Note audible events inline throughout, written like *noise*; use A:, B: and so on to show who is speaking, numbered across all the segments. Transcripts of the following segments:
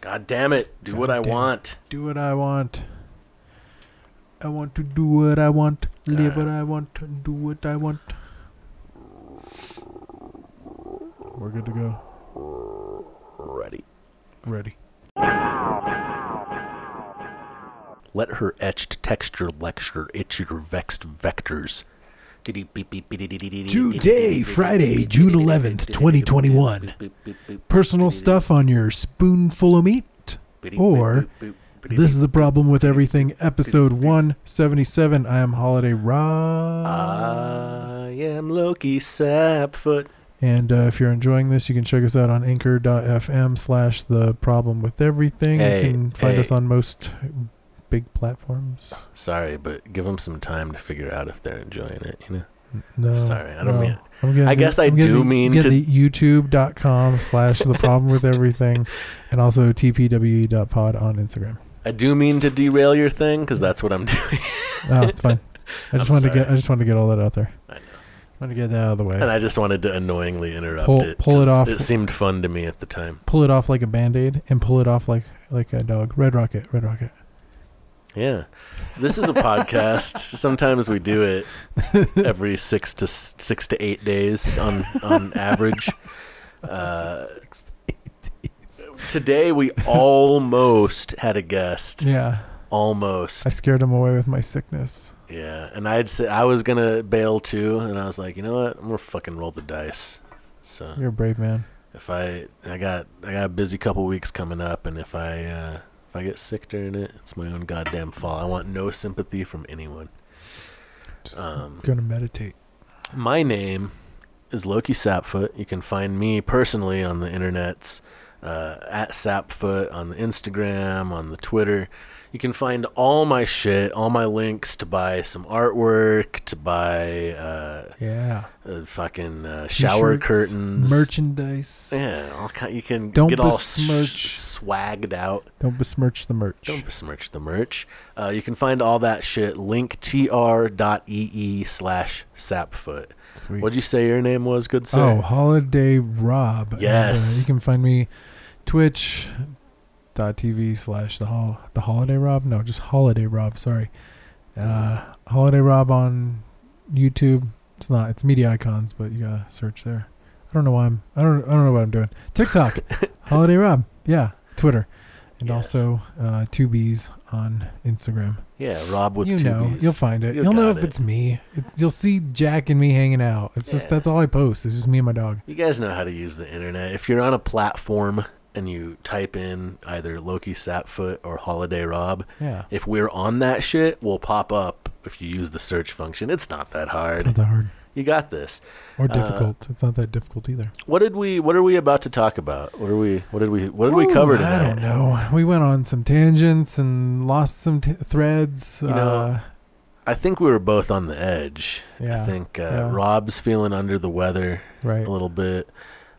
A: God damn it. Do what I
B: Goddamn.
A: want.
B: Do what I want. I want to do what I want. Live
A: Uh.
B: what I want. Do what I want. We're good to go.
A: Ready.
B: Ready.
A: Let her etched texture lecture itch your vexed vectors.
B: Today, Friday, June 11th, 2021. Personal stuff on your spoonful of meat. Or, This is the problem with everything. Episode 177. I am Holiday Rob.
A: I am Loki Sapfoot.
B: And uh, if you're enjoying this, you can check us out on anchor.fm slash the problem with everything.
A: Hey,
B: you can find
A: hey.
B: us on most big platforms.
A: Sorry, but give them some time to figure out if they're enjoying it, you know?
B: No.
A: Sorry, I don't
B: no.
A: mean-
B: I'm getting
A: I guess I
B: I'm getting
A: do
B: the-
A: mean
B: I'm getting the youtube.com slash the problem with
A: *laughs*
B: everything and also tpwe.pod on Instagram.
A: I do mean to derail your thing, because that's what I'm *laughs* doing.
B: Oh, it's fine. I just
A: I'm
B: wanted to
A: sorry.
B: get I just wanted to get all that out there.
A: I know.
B: wanted to get that out of the way.
A: And I just wanted to annoyingly interrupt
B: Pull-
A: it.
B: pull it off.
A: 'cause It seemed fun to me at the time.
B: pull it off like a band-aid and pull it off like like a dog red rocket red rocket
A: Yeah. This is a *laughs* podcast. Sometimes we do it
B: *laughs*
A: every six to s- six to eight days on on *laughs* average. Uh, today we almost had a guest.
B: yeah
A: Almost.
B: i scared him away with my sickness
A: Yeah. And I'd say I was gonna bail too, and I was like, you know what? I'm gonna fucking roll the dice. So
B: you're a brave man
A: if I I got I got a busy couple weeks coming up, and if I uh, if I get sick during it, it's my own goddamn fault. I want no sympathy from anyone.
B: just
A: Um,
B: gonna meditate
A: my name is Loki Sapfoot. You can find me personally on the internets uh, at Sapfoot on the Instagram, on the Twitter. You can find all my shit, all my links to buy some artwork, to buy uh,
B: yeah
A: uh, fucking uh, shower
B: T-shirts,
A: curtains,
B: merchandise
A: Yeah, all kind. You can
B: Don't
A: get all
B: besmirch.
A: smirch swagged out.
B: don't besmirch the merch
A: Don't besmirch the merch. Uh, you can find all that shit linktr.ee E slash sapfoot.
B: sweet
A: What'd you say your name was, good sir?
B: oh holiday rob And, uh,
A: Yes.
B: you can find me twitch dot tv slash the hol- the holiday rob no just holiday rob sorry uh holiday rob on youtube it's not it's media icons but you gotta search there i don't know why i'm i don't i don't know what i'm doing
A: *laughs*
B: tiktok holiday rob yeah twitter and
A: Yes.
B: also uh two b's on instagram
A: Yeah, Rob with
B: you
A: two
B: know
A: Bs.
B: you'll find it
A: You
B: you will know
A: got
B: if
A: it.
B: it's me it, you'll see jack and me hanging out it's just
A: Yeah.
B: that's all i post it's just me and my dog
A: you guys know how to use the internet. If you're on a platform and you type in either Loki Sapfoot or Holiday Rob,
B: yeah
A: if we're on that shit, we'll pop up if you use the search function. It's not that
B: it's *laughs*
A: hard.
B: not that hard
A: You got this.
B: or
A: Uh,
B: difficult. it's not that difficult either.
A: What did we? What are we about to talk about? What are we? What did we? What did we cover
B: Ooh,
A: today?
B: I don't know. We went on some tangents and lost some t- threads.
A: You know,
B: uh,
A: I think we were both on the edge.
B: yeah,
A: I think uh,
B: yeah.
A: Rob's feeling under the weather
B: right.
A: a little bit.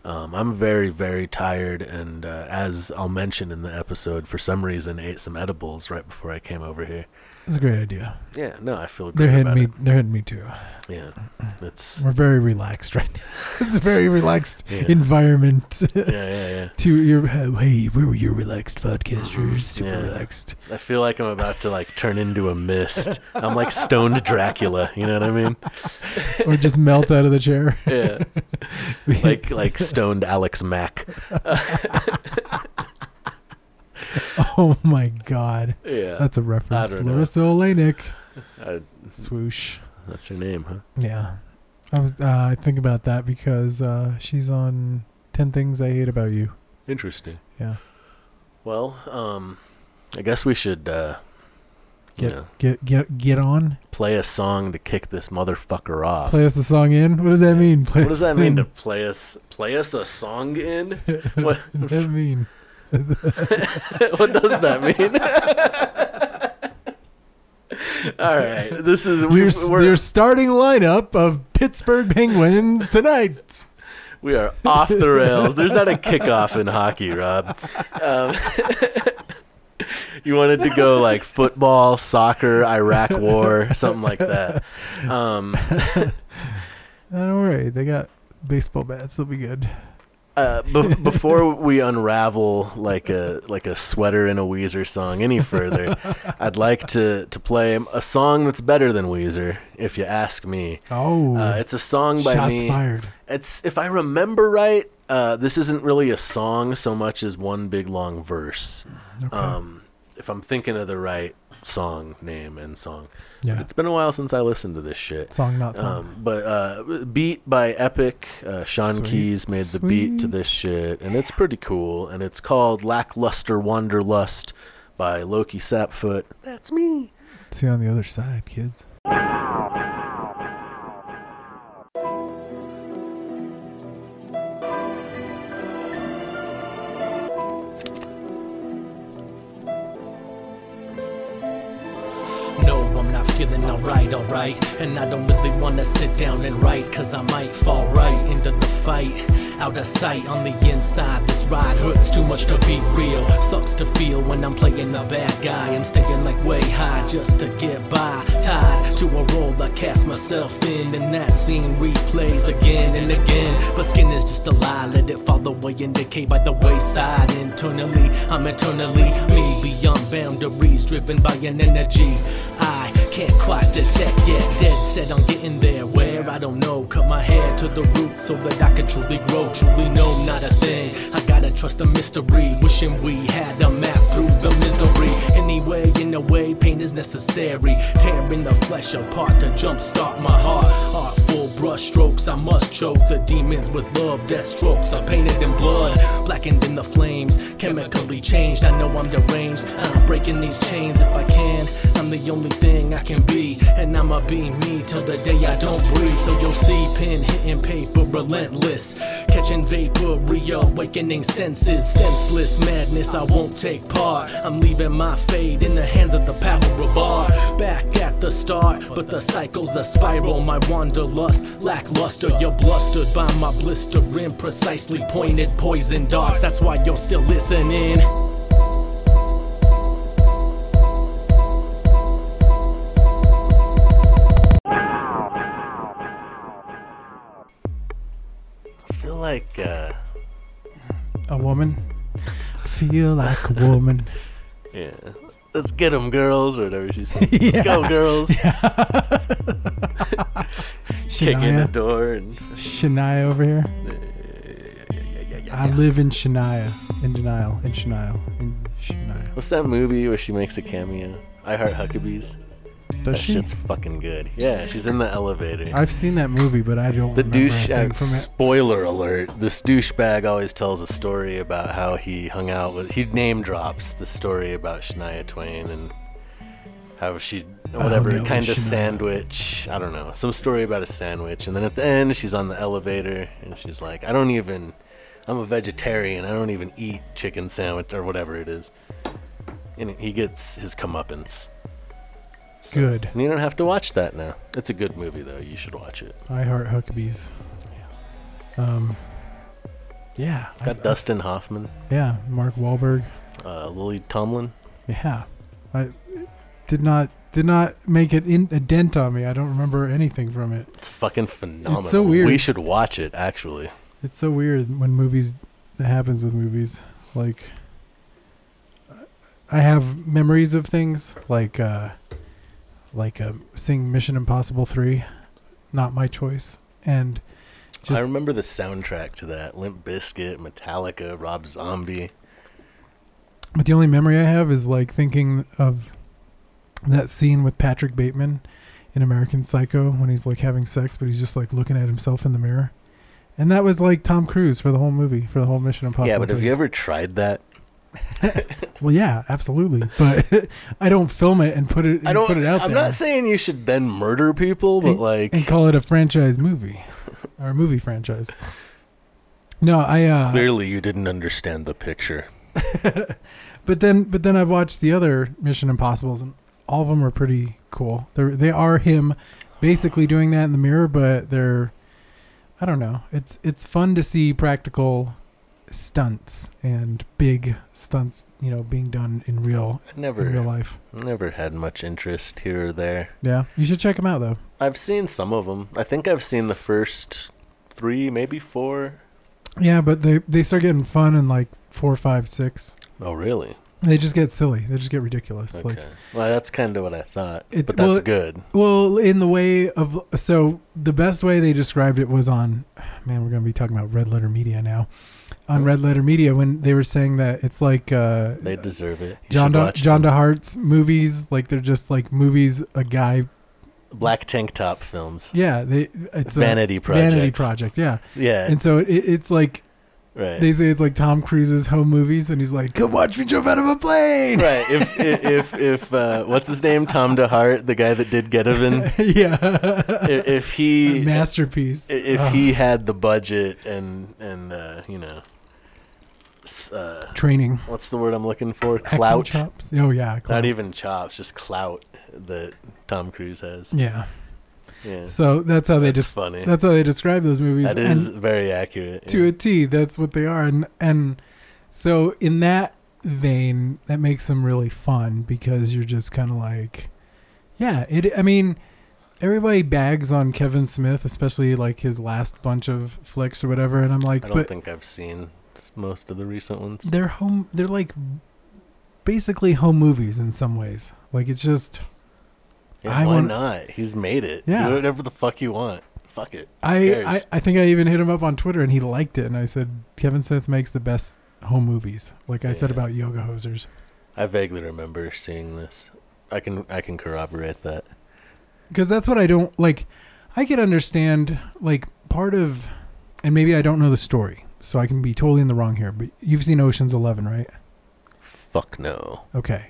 A: Um, I'm very, very tired, and uh, as I'll mention in the episode, for some reason ate some edibles right before I came over here.
B: It's a great idea.
A: Yeah, no, I feel
B: They're
A: great
B: hitting
A: about
B: me.
A: it.
B: They're hitting me too.
A: Yeah, it's
B: We're very relaxed right now. *laughs* it's a very relaxed
A: Yeah.
B: environment. *laughs*
A: yeah, yeah, yeah.
B: to your hey, where were your relaxed podcasters? Super
A: Mm-hmm. Yeah.
B: relaxed.
A: I feel like I'm about to like turn into a mist. I'm like stoned Dracula. You know what I mean?
B: *laughs* or just melt out of the chair. *laughs*
A: Yeah, *laughs* like like stoned Alex Mack.
B: oh my god,
A: Yeah,
B: that's a reference.
A: don't know.
B: Larissa Olenek.
A: I,
B: Swoosh.
A: that's her name, huh?
B: Yeah, I was. Uh, I think about that because uh, she's on Ten Things I Hate About You.
A: Interesting.
B: Yeah,
A: Well, um, I guess we should uh, you
B: Get-
A: know,
B: get get get on.
A: play a song to kick this motherfucker off.
B: Play us the song in. What does that mean? Play
A: Uh, what does
B: us
A: that
B: *laughs*
A: mean
B: in.
A: to play us play us a song in? *laughs* what-
B: what does that mean?
A: what does that mean? *laughs* All right, this *laughs* is we,
B: your,
A: we're,
B: your starting lineup of Pittsburgh
A: *laughs*
B: Penguins tonight.
A: we are off the rails. There's not a kickoff in hockey, Rob. Um, *laughs* you wanted to go like football, soccer, Iraq War, something like that. Um,
B: Don't worry, they got baseball bats. They'll be good.
A: uh, be- *laughs* before we unravel like a like a sweater in a Weezer song
B: *laughs*
A: any further, I'd like to to play a song that's better than Weezer, if you ask me.
B: Oh,
A: Uh, it's a song by
B: shots
A: me.
B: fired.
A: It's if I remember right, uh, this isn't really a song so much as one big long verse.
B: Okay.
A: Um, if I'm thinking of the right song name and song,
B: yeah.
A: it's been a while since I listened to this shit.
B: song, not song.
A: Um, but uh, beat by Epic, uh, Sean
B: Sweet.
A: Keys made the beat to
B: Sweet.
A: this shit, and it's pretty cool. And it's called "Lackluster Wanderlust" by Loki Sapfoot. That's me.
B: See you on the other side, kids.
C: No, I'm not feeling alright, alright. And I don't really wanna sit down and write, cause I might fall right into the fight. Out of sight on the inside, this ride hurts too much to be real. Sucks to feel when I'm playing the bad guy. I'm staying like way high just to get by. Tied to a role I cast myself in, and that scene replays again and again. But skin is just a lie, let it fall away and decay by the wayside. Internally, I'm eternally me, beyond boundaries, driven by an energy. I can't quite detect yet. Dead set on getting there. Where I don't know. Cut my hair to the root so that I can truly grow. Truly know not a thing. I gotta trust the mystery. Wishing we had a map through the misery. Anyway, in a way, pain is necessary. Tearing the flesh apart to jumpstart my heart. Artful brush strokes, I must choke the demons with love. Death strokes are painted in blood, blackened in the flames. Chemically changed, I know I'm deranged. I'm breaking these chains if I can. I'm the only thing I can be, and I'ma be me till the day I don't breathe. So you'll see pen hitting paper relentless, catching vapor, reawakening senses, senseless madness. I won't take part. I'm leaving my fate in the hands of the power of art. Back at the start, but the cycle's a spiral. My wanderlust, lackluster. You're blustered by my blistering, precisely pointed poison darts. That's why you're still listening. *laughs*
A: I feel like uh,
B: A woman. Feel like a woman.
A: yeah. Let's get 'em girls, or whatever she said. Let's go,
B: Yeah. *laughs*
A: girls. *laughs* Kick in the
B: Shania.
A: door and
B: Shania over here. I live in Shania. In denial. In Shania. In Shania.
A: what's that movie where she makes a cameo? I Heart
B: Does
A: Huckabees. that
B: Oh, she?
A: shit's fucking good. Yeah, she's in the elevator.
B: I've seen that movie, but I don't
A: The
B: remember a
A: douche.
B: thing
A: Uh,
B: from it.
A: spoiler alert: This douchebag always tells a story about how he hung out with. He name drops the story about Shania Twain and how she, whatever
B: Oh, no,
A: kind of
B: Shania.
A: sandwich. I don't know, some story about a sandwich. And then at the end, she's on the elevator and she's like, "I don't even. I'm a vegetarian. I don't even eat chicken sandwich or whatever it is." And he gets his comeuppance. So-
B: Good.
A: And you don't have to watch that now. It's a good movie though. You should watch it.
B: I heart Huckabees. Um. Yeah. I-
A: Got
B: I-
A: Dustin Hoffman.
B: Yeah. Mark Wahlberg.
A: uh, Lily Tomlin.
B: Yeah. I did not did not make it in, a dent on me. I don't remember anything from it.
A: It's fucking phenomenal.
B: weird.
A: We should watch it actually.
B: It's so weird when movies that happens with movies. Like I have memories of things like uh like um seeing Mission Impossible 3, not my choice. And just
A: I remember the soundtrack to that: Limp Bizkit, Metallica, Rob Zombie.
B: But the only memory I have is like thinking of that scene with Patrick Bateman in American Psycho when he's like having sex, but he's just like looking at himself in the mirror. And that was like Tom Cruise for the whole movie, for the whole Mission Impossible.
A: yeah, but have
B: movie.
A: you ever tried that?
B: well, yeah, absolutely. But *laughs* I don't film it and put it. And
A: I don't.
B: put it out
A: I'm
B: there
A: not saying you should then murder people, but
B: and,
A: like
B: and call it a franchise movie or a movie franchise. No, I uh,
A: clearly you didn't understand the picture.
B: But then, but then I've watched the other Mission Impossible's, and all of them are pretty cool. They they are him, basically doing that in the mirror, but they're, I don't know. It's it's fun to see practical stunts and big stunts, you know, being done in real
A: I
B: in real
A: never,
B: life.
A: never had much interest here or there.
B: Yeah, you should check them out though.
A: I've seen some of them. I think I've seen the first three, maybe four.
B: Yeah, but they they start getting fun in like four, five, six.
A: Oh, really?
B: They just get silly. They just get ridiculous.
A: Okay.
B: Like
A: well, that's kind of what I thought.
B: It-
A: but that's
B: well,
A: good.
B: Well, in the way of so the best way they described it was on man, we're gonna be talking about red letter media now. On Red Letter Media when they were saying that it's like uh
A: They deserve it. You
B: John
A: should
B: da,
A: watch
B: John
A: them.
B: DeHart's movies, like they're just like movies a guy
A: Black tank top films.
B: yeah, they it's
A: Vanity
B: a vanity
A: project.
B: project, yeah.
A: Yeah.
B: And so it, it's like
A: right.
B: they say it's like Tom Cruise's home movies and he's like, Come watch me jump out of a plane
A: *laughs* right. If if if, if uh, what's his name? Tom DeHart, the guy that
B: *laughs*
A: did Getaven. i-
B: yeah.
A: if he
B: *laughs*
A: i-
B: Masterpiece.
A: if
B: Ugh.
A: he had the budget and and uh, you know, s- uh,
B: training.
A: what's the word I'm looking for?
B: Acting
A: Clout.
B: chops. Oh yeah, clout.
A: Not even chops, just clout that Tom Cruise has.
B: Yeah.
A: Yeah.
B: Mm. So that's how they
A: That's
B: just
A: funny.
B: that's how they describe those movies.
A: That is
B: and
A: very accurate.
B: to
A: yeah.
B: a T, that's what they are. And and so in that vein, that makes them really fun because you're just kind of like, yeah. It. I mean, everybody bags on Kevin Smith, especially like his last bunch of flicks or whatever. And I'm like,
A: I don't
B: but
A: think I've seen s- most of the recent ones.
B: they're home. They're like basically home movies in some ways. Like it's just
A: Yeah,
B: I
A: why
B: want-
A: not? He's made it.
B: Yeah.
A: Do whatever the fuck you want. Fuck it.
B: I,
A: cares?
B: I, I think I even hit him up on Twitter and he liked it. And I said, Kevin Smith makes the best home movies, like I said
A: Yeah.
B: about Yoga Hosers.
A: I vaguely remember seeing this. I can I can corroborate that.
B: Because that's what I don't like. I can understand, like, part of, and maybe I don't know the story, so I can be totally in the wrong here, but you've seen Ocean's 11, right?
A: Fuck no.
B: Okay.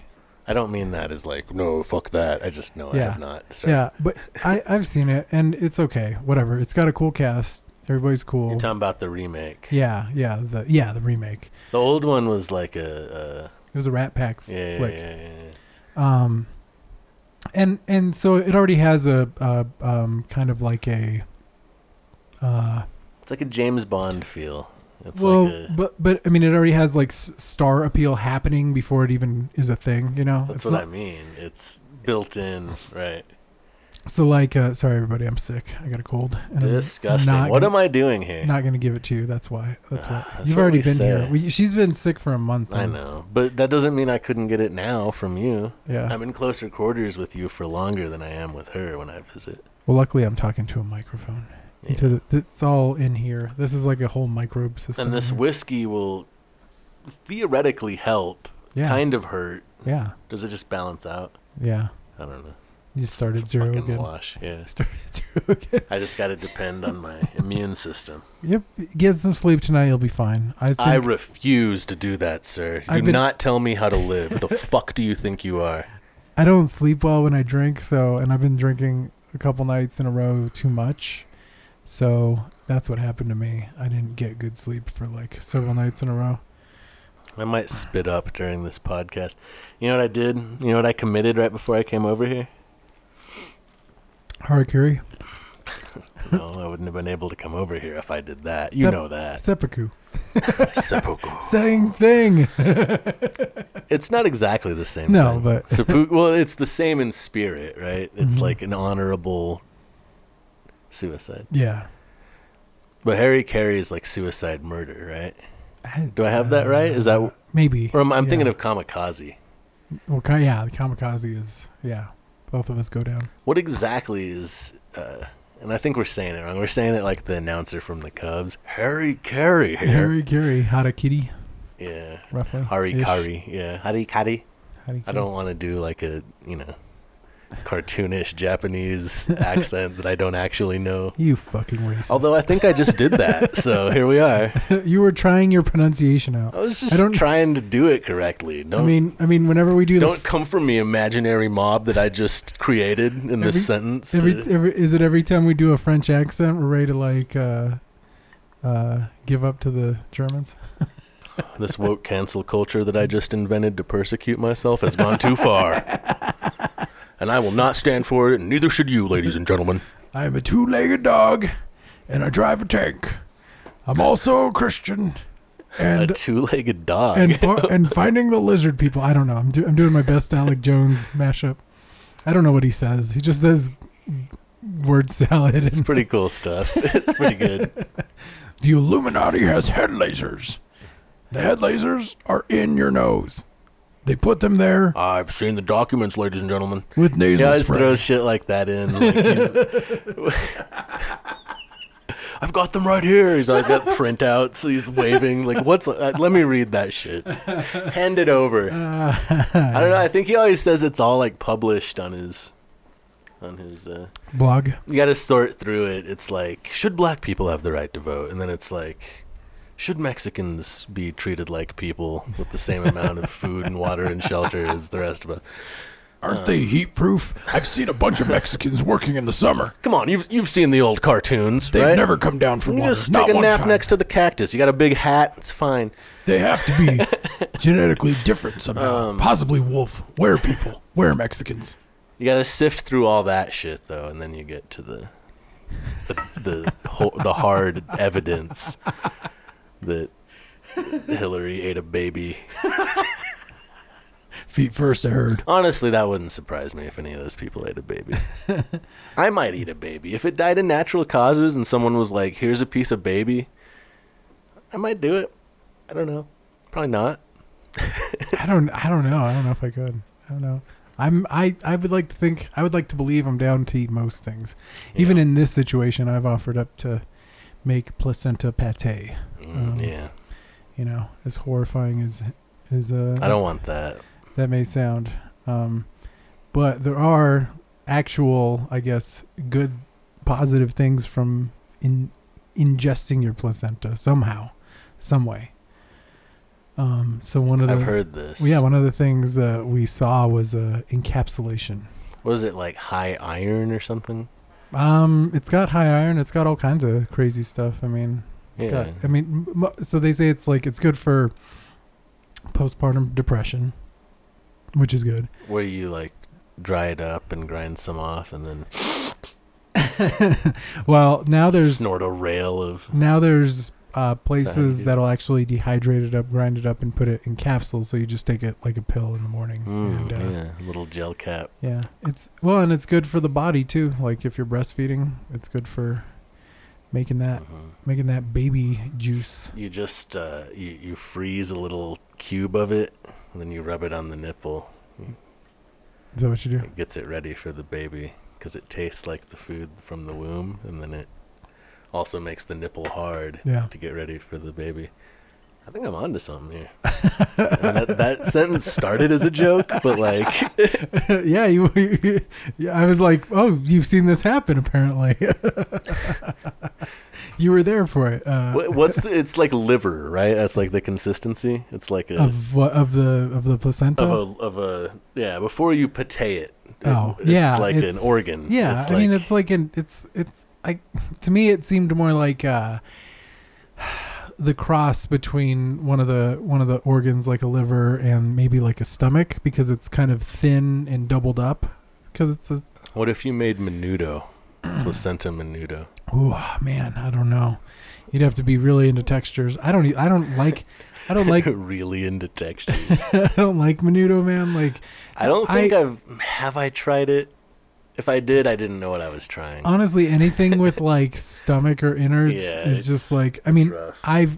A: I don't mean that as like no fuck that. I just know I
B: Yeah.
A: have not. Sorry.
B: Yeah, but I, I've seen it and it's okay. Whatever. It's got a cool cast. Everybody's cool.
A: You're talking about the remake.
B: Yeah, yeah, the yeah, the remake.
A: The old one was like a,
B: It was a Rat Pack f-
A: a yeah, yeah,
B: flick.
A: yeah, yeah, yeah.
B: um and and so it already has a, a um kind of like a uh
A: It's like a James Bond feel. It's
B: well
A: like a,
B: but but i mean it already has like s- star appeal happening before it even is a thing you know
A: that's
B: It's
A: what I
B: not-
A: mean. It's built in, right?
B: so like uh sorry everybody i'm sick i got a cold and I'm
A: Disgusting.
B: not
A: What
B: gonna,
A: am I doing here?
B: not gonna give it to you that's why that's why
A: Ah, that's
B: you've
A: what
B: already
A: we
B: been
A: say.
B: here we, she's been sick for a month
A: I
B: and-
A: know, but that doesn't mean I couldn't get it now from you.
B: yeah
A: I'm in closer quarters with you for longer than I am with her when I visit.
B: well luckily i'm talking to a microphone
A: Yeah.
B: into the, it's all in here this is like a whole microbe system
A: and this
B: here.
A: whiskey will theoretically help,
B: yeah
A: kind of hurt.
B: yeah
A: Does it just balance out?
B: yeah
A: I don't know.
B: you just started
A: It's a
B: zero
A: fucking
B: again
A: wash, yeah.
B: *laughs* started through again.
A: I just got to depend on
B: *laughs*
A: my immune system.
B: Yep, get some sleep tonight. You'll be fine. I think.
A: I refuse to do that, sir. Do
B: I've been-
A: not tell me how to live.
B: *laughs*
A: the fuck do you think you are?
B: I don't sleep well when I drink. So, and I've been drinking a couple nights in a row too much. So that's what happened to me. I didn't get good sleep for like several nights in a row.
A: I might spit up during this podcast. You know what I did? You know what I committed right before I came over here?
B: Harakiri,
A: No, I wouldn't have been able to come over here if I did that. You
B: Sep-
A: know that.
B: seppuku,
A: Seppuku.
B: same thing. *laughs*
A: It's not exactly the same.
B: No,
A: thing.
B: but-
A: Seppu- well, it's the same in spirit, right? It's
B: Mhm.
A: like an honorable suicide.
B: yeah.
A: But Harry Carey is like suicide murder, right? Do I have that right? Is that-
B: Uh, maybe?
A: Or I'm, I'm
B: yeah.
A: thinking of kamikaze.
B: well, ki- yeah, the kamikaze is yeah. Both of us go down.
A: What exactly is? Uh, and I think we're saying it wrong. We're saying it like the announcer from the Cubs, Harry Carey. Here.
B: Harakiri, Harakiri,
A: Yeah.
B: roughly.
A: Hari
B: ish.
A: Kari. Yeah. Hari Kari.
B: Harakiri.
A: I don't want to do like a you know cartoonish Japanese *laughs* accent that I don't actually know.
B: You fucking racist.
A: Although I think I just did
B: *laughs*
A: that, so here we are.
B: you were trying your pronunciation out.
A: I was just
B: I don't-
A: trying to do it correctly. Don't
B: I mean, I mean, whenever we do the
A: don't
B: f-
A: come for me, imaginary mob that I just created in
B: Every-
A: this sentence.
B: every,
A: to-
B: every is it every time we do a French accent, we're ready to like uh, uh, give up to the Germans.
A: *laughs* this woke cancel culture that I just invented to persecute myself has gone
B: *laughs*
A: too far. And I will not stand for it, and neither should you, ladies and gentlemen.
B: I am a two-legged dog, and I drive a tank. I'm also a Christian,
A: A
B: and
A: two-legged dog.
B: and par- and finding the lizard people. I don't know. I'm do- I'm doing my best Alec Jones mashup. I don't know what he says. He just says word
D: *laughs*
B: salad.
A: it's
B: And *laughs*
A: pretty cool stuff. It's pretty good.
D: The Illuminati has head lasers. The head lasers are in your nose. They put them there
A: I've seen the documents, ladies and gentlemen.
D: with
A: He
D: nasal
A: always
D: spray.
A: throws shit like that in. like, you- *laughs* I've got them right here. He's always got *laughs* printouts. He's waving. Like, what's? Uh, let me read that shit. Hand it over. I don't know. I think he always says it's all like published on his, on his. Uh,
B: Blog.
A: you got to sort through it. It's like, should black people have the right to vote? And then it's like, should Mexicans be treated like people with the same amount of food and water and shelter as the rest of us?
D: Aren't
A: Uh.
D: they heat proof? I've seen a bunch of Mexicans working in the summer.
A: Come on, you've you've seen the old cartoons,
D: They've
A: right?
D: never come down from
A: you
D: water.
A: just
D: not
A: stick a
D: one
A: nap
D: time.
A: next to the cactus. You got a big hat. It's fine.
D: They have to
A: *laughs*
D: be genetically different somehow.
A: Um.
D: Possibly wolf. Where people? Where Mexicans?
A: You got to sift through all that shit though, and then you get to the the the, ho- the hard evidence that Hillary ate a baby.
D: Feet first, I heard.
A: Honestly, that wouldn't surprise me if any of those people ate
D: *laughs*
A: a baby. I might eat a baby if it died of natural causes, and someone was like, "Here's a piece of baby." I might do it. I don't know. Probably not.
B: *laughs* I don't I don't know. I don't know if I could. I don't know. I'm I, I would like to think I would like to believe I'm down to eat most things. Even in this situation I've offered up to make placenta pate,
A: Mm,
B: Um,
A: yeah,
B: you know, as horrifying as as uh
A: I don't want that.
B: that may sound. Um but there are actual, I guess, good positive things from in ingesting your placenta somehow, some way. Um so one of the
A: I've heard this.
B: Well, yeah, one of the things uh, we saw was uh, encapsulation.
A: Was it like high iron or something?
B: Um, it's got high iron. It's got all kinds of crazy stuff. I mean, it's got. I mean, m- m- so they say it's like it's good for postpartum depression, which is good.
A: Where you like dry it up and grind some off and then
B: Well, now there's
A: snort a rail of.
B: now there's uh,
A: do
B: places
A: it.
B: that'll actually dehydrate it up, grind it up, and put it in capsules. So you just take it like a pill in the morning.
A: Mm,
B: and, uh,
A: yeah, a little gel cap.
B: Yeah, it's well, and it's good for the body too. Like if you're breastfeeding, it's good for making that
A: Mhm.
B: making that baby juice.
A: You just uh, you you freeze a little cube of it, and then you rub it on the nipple.
B: Is that what you do?
A: It gets it ready for the baby because it tastes like the food from the womb, and then it also makes the nipple hard
B: Yeah.
A: to get ready for the baby. I think I'm onto something
B: *laughs*
A: here. I mean, that, that sentence started as a joke, but like
B: *laughs* yeah, you, *laughs* yeah, I was like, "Oh, you've seen this happen apparently." *laughs* you were there for it. Uh,
A: What, what's the, it's like liver, right? That's like the consistency. It's like a of,
B: of what of the of the placenta?
A: a of a yeah. Before you pate it, it-
B: oh,
A: it's
B: yeah,
A: like
B: it's-
A: an organ.
B: Yeah,
A: it's
B: I mean, it's like an it's it's like to me it seemed more like uh *sighs* the cross between one of the one of the organs like a liver and maybe like a stomach because it's kind of thin and doubled up because it's a
A: what if you
B: *clears throat*
A: made menudo, placenta menudo?
B: Ooh, man, I don't know. You'd have to be really into textures. I don't. e- I don't like. I don't like. *laughs*
A: *laughs* really into texture.
B: I don't like menudo, man. Like
A: I don't
B: I-
A: think I, have have I tried it. If I did, I didn't know what I was trying.
B: honestly, anything
A: *laughs*
B: with like stomach or innards
A: Yeah,
B: is
A: it's-
B: just like. I
A: It's
B: mean,
A: rough.
B: I've.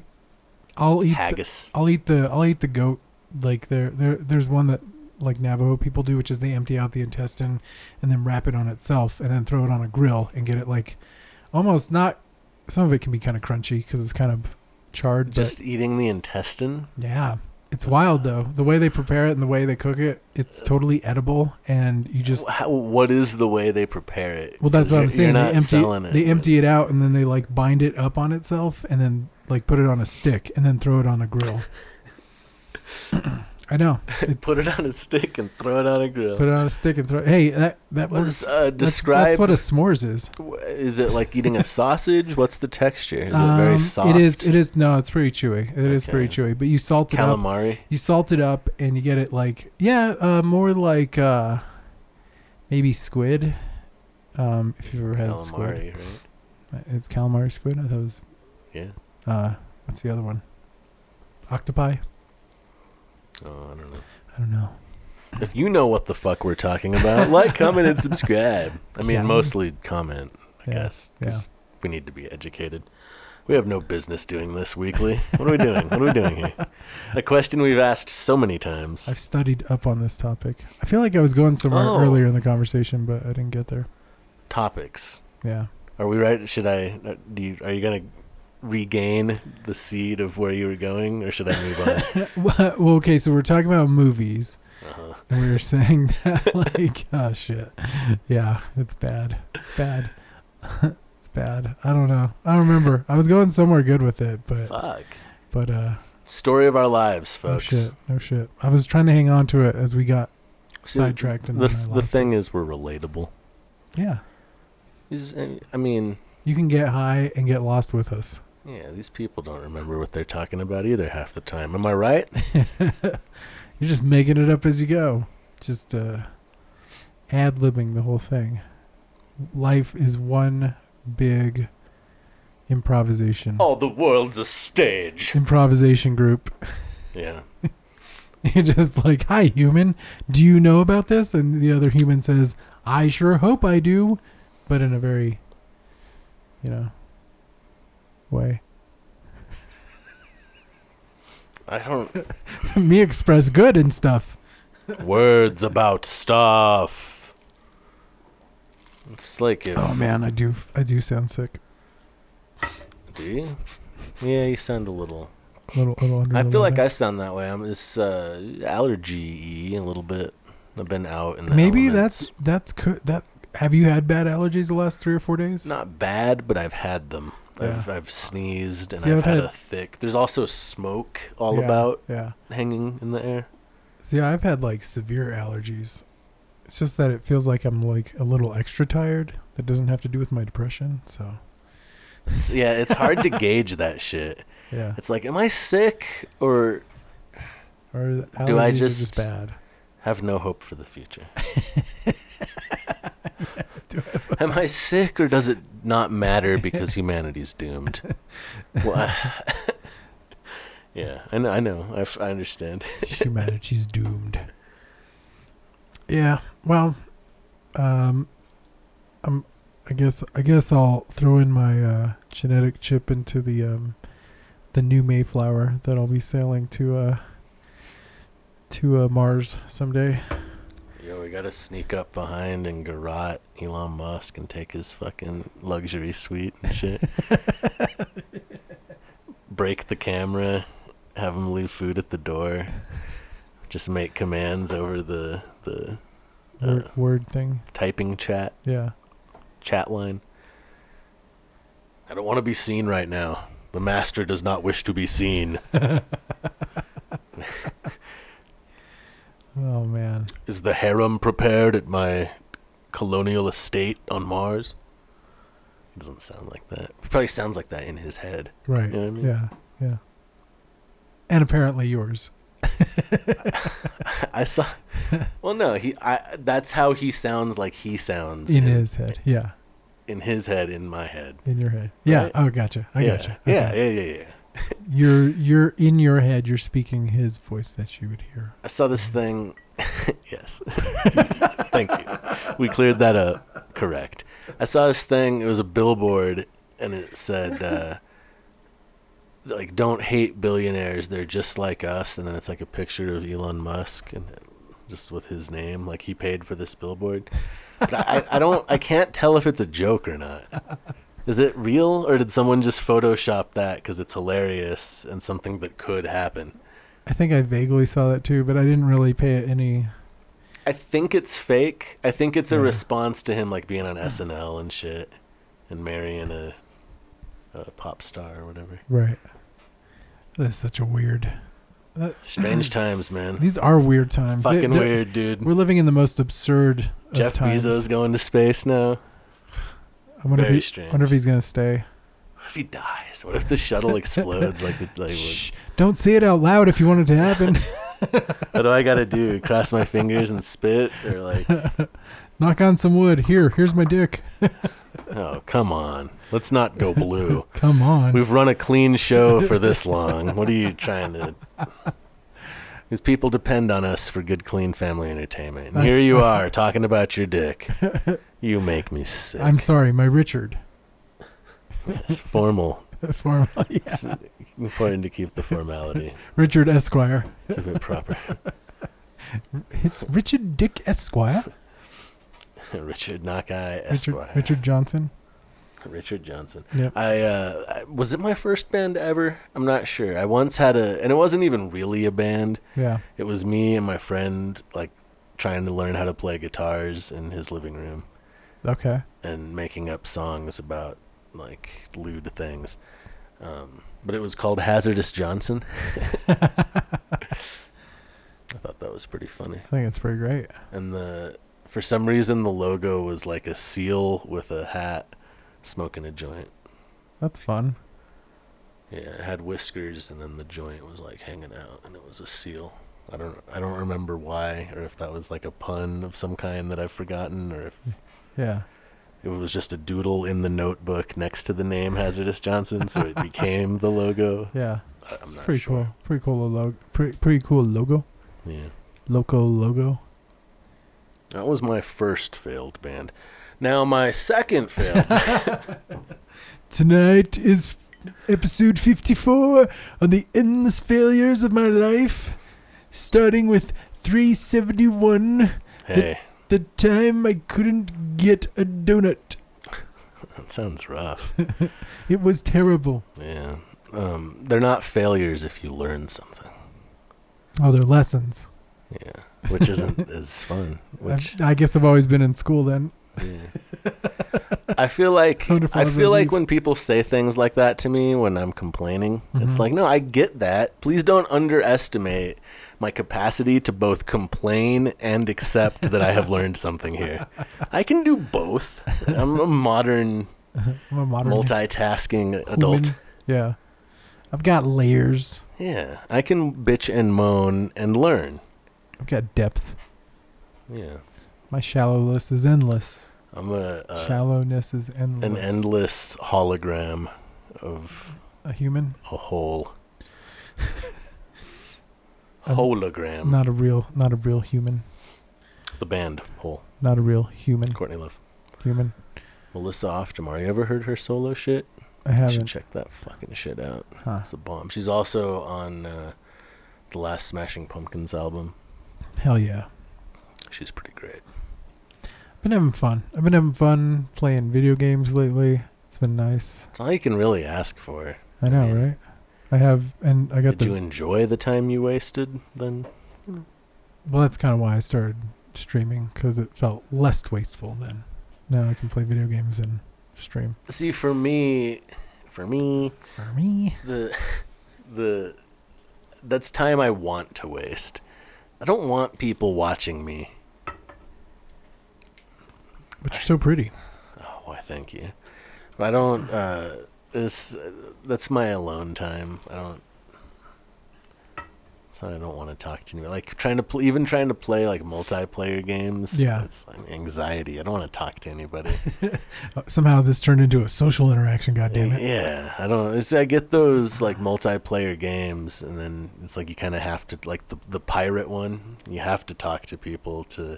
B: I'll eat. The,
A: haggis.
B: I'll eat the. I'll eat the goat. Like there, there. There's one that like Navajo people do, which is they empty out the intestine and then wrap it on itself and then throw it on a grill and get it like, almost not. Some of it can be kind of crunchy because it's kind of charred. but-
A: Just eating the intestine.
B: Yeah. It's wild though. The way they prepare it and the way they cook it, it's totally edible and you just
A: How, what is the way they prepare it?
B: Well, that's
A: 'Cause
B: what
A: you're-
B: I'm
A: you're
B: saying.
A: not
B: They
A: selling
B: empty
A: it,
B: they
A: but-
B: empty it out and then they like bind it up on itself and then like put it on a stick and then throw it on a grill. *clears throat* I know.
A: Put it on a stick and throw it on a grill.
B: Put it on a stick and throw Hey, that that
A: What
B: works.
A: is, uh,
B: That's-
A: describe
B: That's, what a s'mores is.
A: W- Is it
B: *laughs*
A: like eating a sausage? What's the texture? Is it very
B: Um,
A: soft?
B: It is it is no, it's pretty chewy. It is pretty
A: Okay.
B: chewy, but you salt it up
A: calamari.
B: you salt it up and you get it like yeah uh, more like uh maybe squid um if you've ever had squid
A: Calamari, right?
B: it's calamari squid i thought it was
A: Yeah.
B: uh what's the other one octopi
A: Oh, I don't know.
B: i don't know
A: If you know what the fuck we're talking about, like, comment, and subscribe. I mean,
B: Yeah.
A: mostly comment, I
B: Yeah,
A: guess. 'cause
B: yeah.
A: we need to be educated. We have no business doing this weekly. What are we doing? What are we
B: *laughs*
A: doing here? A question we've asked so many times.
B: I've studied up on this topic. I feel like I was going somewhere
A: Oh.
B: earlier in the conversation, but I didn't get there.
A: Topics.
B: Yeah.
A: Are we right? Should I? uh, Do you, are you gonna regain the seed of where you were going, or should I move
B: *laughs*
A: on?
B: well, okay, so we're talking about movies,
A: uh-huh.
B: and we were saying *laughs* that, like, oh, shit. Yeah, it's bad. It's bad. *laughs* it's bad. I don't know. I don't remember. I was going somewhere good with it, but,
A: Fuck.
B: but, uh,
A: Story of our lives,
B: no
A: folks.
B: Oh, shit. No shit. I was trying to hang on to it as we got
A: See,
B: sidetracked and
A: The,
B: then I
A: the
B: lost
A: thing is, we're relatable.
B: it. Yeah.
A: Is- I I mean,
B: You can get high and get lost with us.
A: yeah, these people don't remember what they're talking about either half the time. Am
B: *laughs*
A: I right?
B: You're just making it up as you go. Just uh, ad libbing the whole thing. Life is one big improvisation.
A: All the world's a stage.
B: Improvisation group. *laughs*
A: Yeah.
B: You're just like, hi, human. Do you know about this? And the other human says, I sure hope I do. But in a very, you know, way. *laughs*
A: I don't.
B: Me express good and stuff.
A: Words about stuff. It's like if.
B: Oh, man, I do. I do sound sick.
A: Do you? Yeah, you sound a little.
B: Little, little under
A: I
B: the
A: feel like
B: weather.
A: I sound that way. I'm this uh, allergy a little bit. I've been out in the
B: Maybe
A: elements.
B: that's that's could that. Have you had bad allergies the last three or four days?
A: not bad, but I've had them. I've, I've sneezed and
B: See,
A: I've,
B: I've
A: had,
B: had-
A: a thick. There's also smoke all
B: Yeah,
A: about
B: Yeah.
A: hanging in the air.
B: See, I've had like severe allergies. It's just that it feels like I'm like a little extra tired. That doesn't have to do with my depression. So
A: It's- yeah, it's
B: *laughs*
A: hard to gauge that shit.
B: yeah.
A: It's like, am I sick or
B: Or the allergies
A: Do I
B: are
A: just-
B: just bad.
A: have no hope for the future? Am I sick or does it not matter because humanity's doomed? Well, I- *laughs* yeah, I know. I know. I, f- I understand.
B: Humanity's doomed. Yeah. Well, um, I'm. I guess. I guess I'll throw in my uh, genetic chip into the um, the new Mayflower that I'll be sailing to uh to uh, Mars someday.
A: Yo, we gotta sneak up behind and garrot Elon Musk and take his fucking luxury suite and shit. Break the camera, have him leave food at the door. Just make commands over the the
B: Word,
A: Uh.
B: word thing.
A: typing chat
B: Yeah.
A: chat line. I don't want to be seen right now. The master does not wish to be seen.
B: Oh man.
A: Is the harem prepared at my colonial estate on Mars? Doesn't sound like that. Probably sounds like that in his head. *laughs*
B: Right.
A: You know what I mean?
B: Yeah. Yeah. And apparently yours.
A: I
B: *laughs*
A: saw. Well, no, he. I. That's how he sounds like he sounds
B: In his head. Yeah.
A: in his head, in my head.
B: In your head. Yeah.
A: Right?
B: Oh, gotcha. I
A: yeah.
B: gotcha.
A: Yeah,
B: Okay.
A: yeah, yeah, yeah.
B: you're you're in your head you're speaking his voice that you would hear
A: I saw this thing. *laughs* yes. Thank you. We cleared that up. Correct. I saw this thing. It was a billboard, and it said, uh, like, don't hate billionaires. They're just like us. And then it's like a picture of Elon Musk and just with his name. Like, he paid for this billboard. But I, I don't, I can't tell if it's a joke or not. Is it real, or did someone just Photoshop that because it's hilarious and something that could happen?
B: i think i vaguely saw that too but i didn't really pay it any
A: I think it's fake. I think it's a
B: Yeah.
A: response to him like being on SNL and shit, and marrying a, a pop star or
B: *laughs*
A: whatever.
B: right that is such a weird
A: Strange times, man.
B: these are weird times They-
A: Fucking
B: they're-
A: weird, dude.
B: we're living in the most absurd
A: Jeff
B: of times
A: Bezos going to space now.
B: i wonder if,
A: Very
B: he,
A: strange.
B: wonder if he's gonna stay
A: What if he dies? What if the
B: *laughs*
A: shuttle explodes like the like?
B: Shh, don't say it out loud if you want it to
A: *laughs*
B: happen
A: What do I gotta do? Cross my fingers and spit,
B: *laughs*
A: or like?
B: knock on some wood here here's my dick
A: Oh, come on. Let's not go blue.
B: come on
A: We've run a clean show for this long. What are you
B: *laughs*
A: trying to? These people depend on us for good, clean family entertainment. And here you are talking about
B: *laughs*
A: your dick. You make me sick.
B: i'm sorry my richard
A: It's formal *laughs*
B: Formally, *laughs*
A: Important to keep the formality,
B: Richard Esquire.
A: keep it proper. *laughs*
B: It's Richard Dick Esquire.
A: Richard Nakai
B: Richard,
A: Esquire.
B: Richard Johnson.
A: Richard Johnson.
B: Yep.
A: I, uh, I was it my first band ever? I'm not sure. I once had a, and it wasn't even really a band.
B: Yeah.
A: It was me and my friend like trying to learn how to play guitars in his living room
B: Okay.
A: and making up songs about like lewd things. Um, but it was called Hazardous Johnson. *laughs* I thought that was pretty funny.
B: I think it's pretty great.
A: And the for some reason the logo was like a seal with a hat smoking a joint.
B: That's fun.
A: Yeah, it had whiskers, and then the joint was like hanging out, and it was a seal. I don't, I don't remember why, or if that was like a pun of some kind that I've forgotten, or if
B: Yeah.
A: it was just a doodle in the notebook next to the name Hazardous Johnson, so it became the logo.
B: Yeah.
A: I- I'm
B: It's
A: not
B: pretty
A: sure.
B: cool. Pretty cool logo. Pretty, pretty cool logo.
A: Yeah,
B: Loco logo.
A: that was my first failed band. Now
B: *laughs*
A: my second failed.
B: Tonight is f- episode 54 on the endless failures of my life, starting with 371,
A: hey,
B: the time I couldn't get a donut.
A: that sounds rough.
B: It was terrible.
A: Yeah, um, they're not failures if you learn something.
B: Oh, they're lessons.
A: Yeah,
B: *laughs*
A: which isn't as fun. Which
B: I, I guess I've always been in school *laughs* then.
A: I feel like
B: Tone of
A: I feel like
B: relief.
A: when people say things like that to me when I'm complaining, it's
B: Mhm.
A: like, no, I get that. Please don't underestimate my capacity to both complain and accept that
B: *laughs*
A: I have learned something here. I can do both. I'm a modern,
B: I'm a modern
A: multitasking
B: human.
A: adult.
B: Yeah. I've got layers.
A: Yeah, I can bitch and moan and learn.
B: I've got depth.
A: Yeah,
B: My shallowness is endless.
A: I'm a, a
B: Shallowness is endless.
A: Uh, an endless hologram of
B: a human,
A: a whole
B: *laughs* Um,
A: hologram.
B: not a real, not a real human,
A: The band Hole.
B: not a real human.
A: Courtney Love.
B: Human.
A: Melissa Oftemar. You ever heard her solo shit?
B: I
A: You should
B: haven't.
A: check that fucking shit out.
B: Huh.
A: It's a bomb. She's also on uh, the last Smashing Pumpkins album.
B: Hell yeah.
A: She's pretty great.
B: I've been having fun. I've been having fun playing video games lately. It's been nice.
A: That's all you can really ask for.
B: I know,
A: Yeah.
B: right? I have, and I got
A: Did
B: the.
A: you enjoy the time you wasted then?
B: well, that's kind of why I started streaming because it felt less wasteful then. Now I can play video games and stream.
A: See, for me, for me,
B: For me,
A: the the that's time I want to waste. I don't want people watching me.
B: which is so pretty.
A: Oh, why? Thank you. But I don't. Uh, this that's my alone time. I don't. So I don't want to talk to anybody. Like trying to pl- even trying to play like multiplayer games.
B: Yeah.
A: it's like anxiety. I don't want to talk to anybody.
B: Uh, somehow this turned into a social interaction. God damn it.
A: Yeah, I don't. It's, I get those like multiplayer games, and then it's like you kind of have to like the the pirate one. You have to talk to people to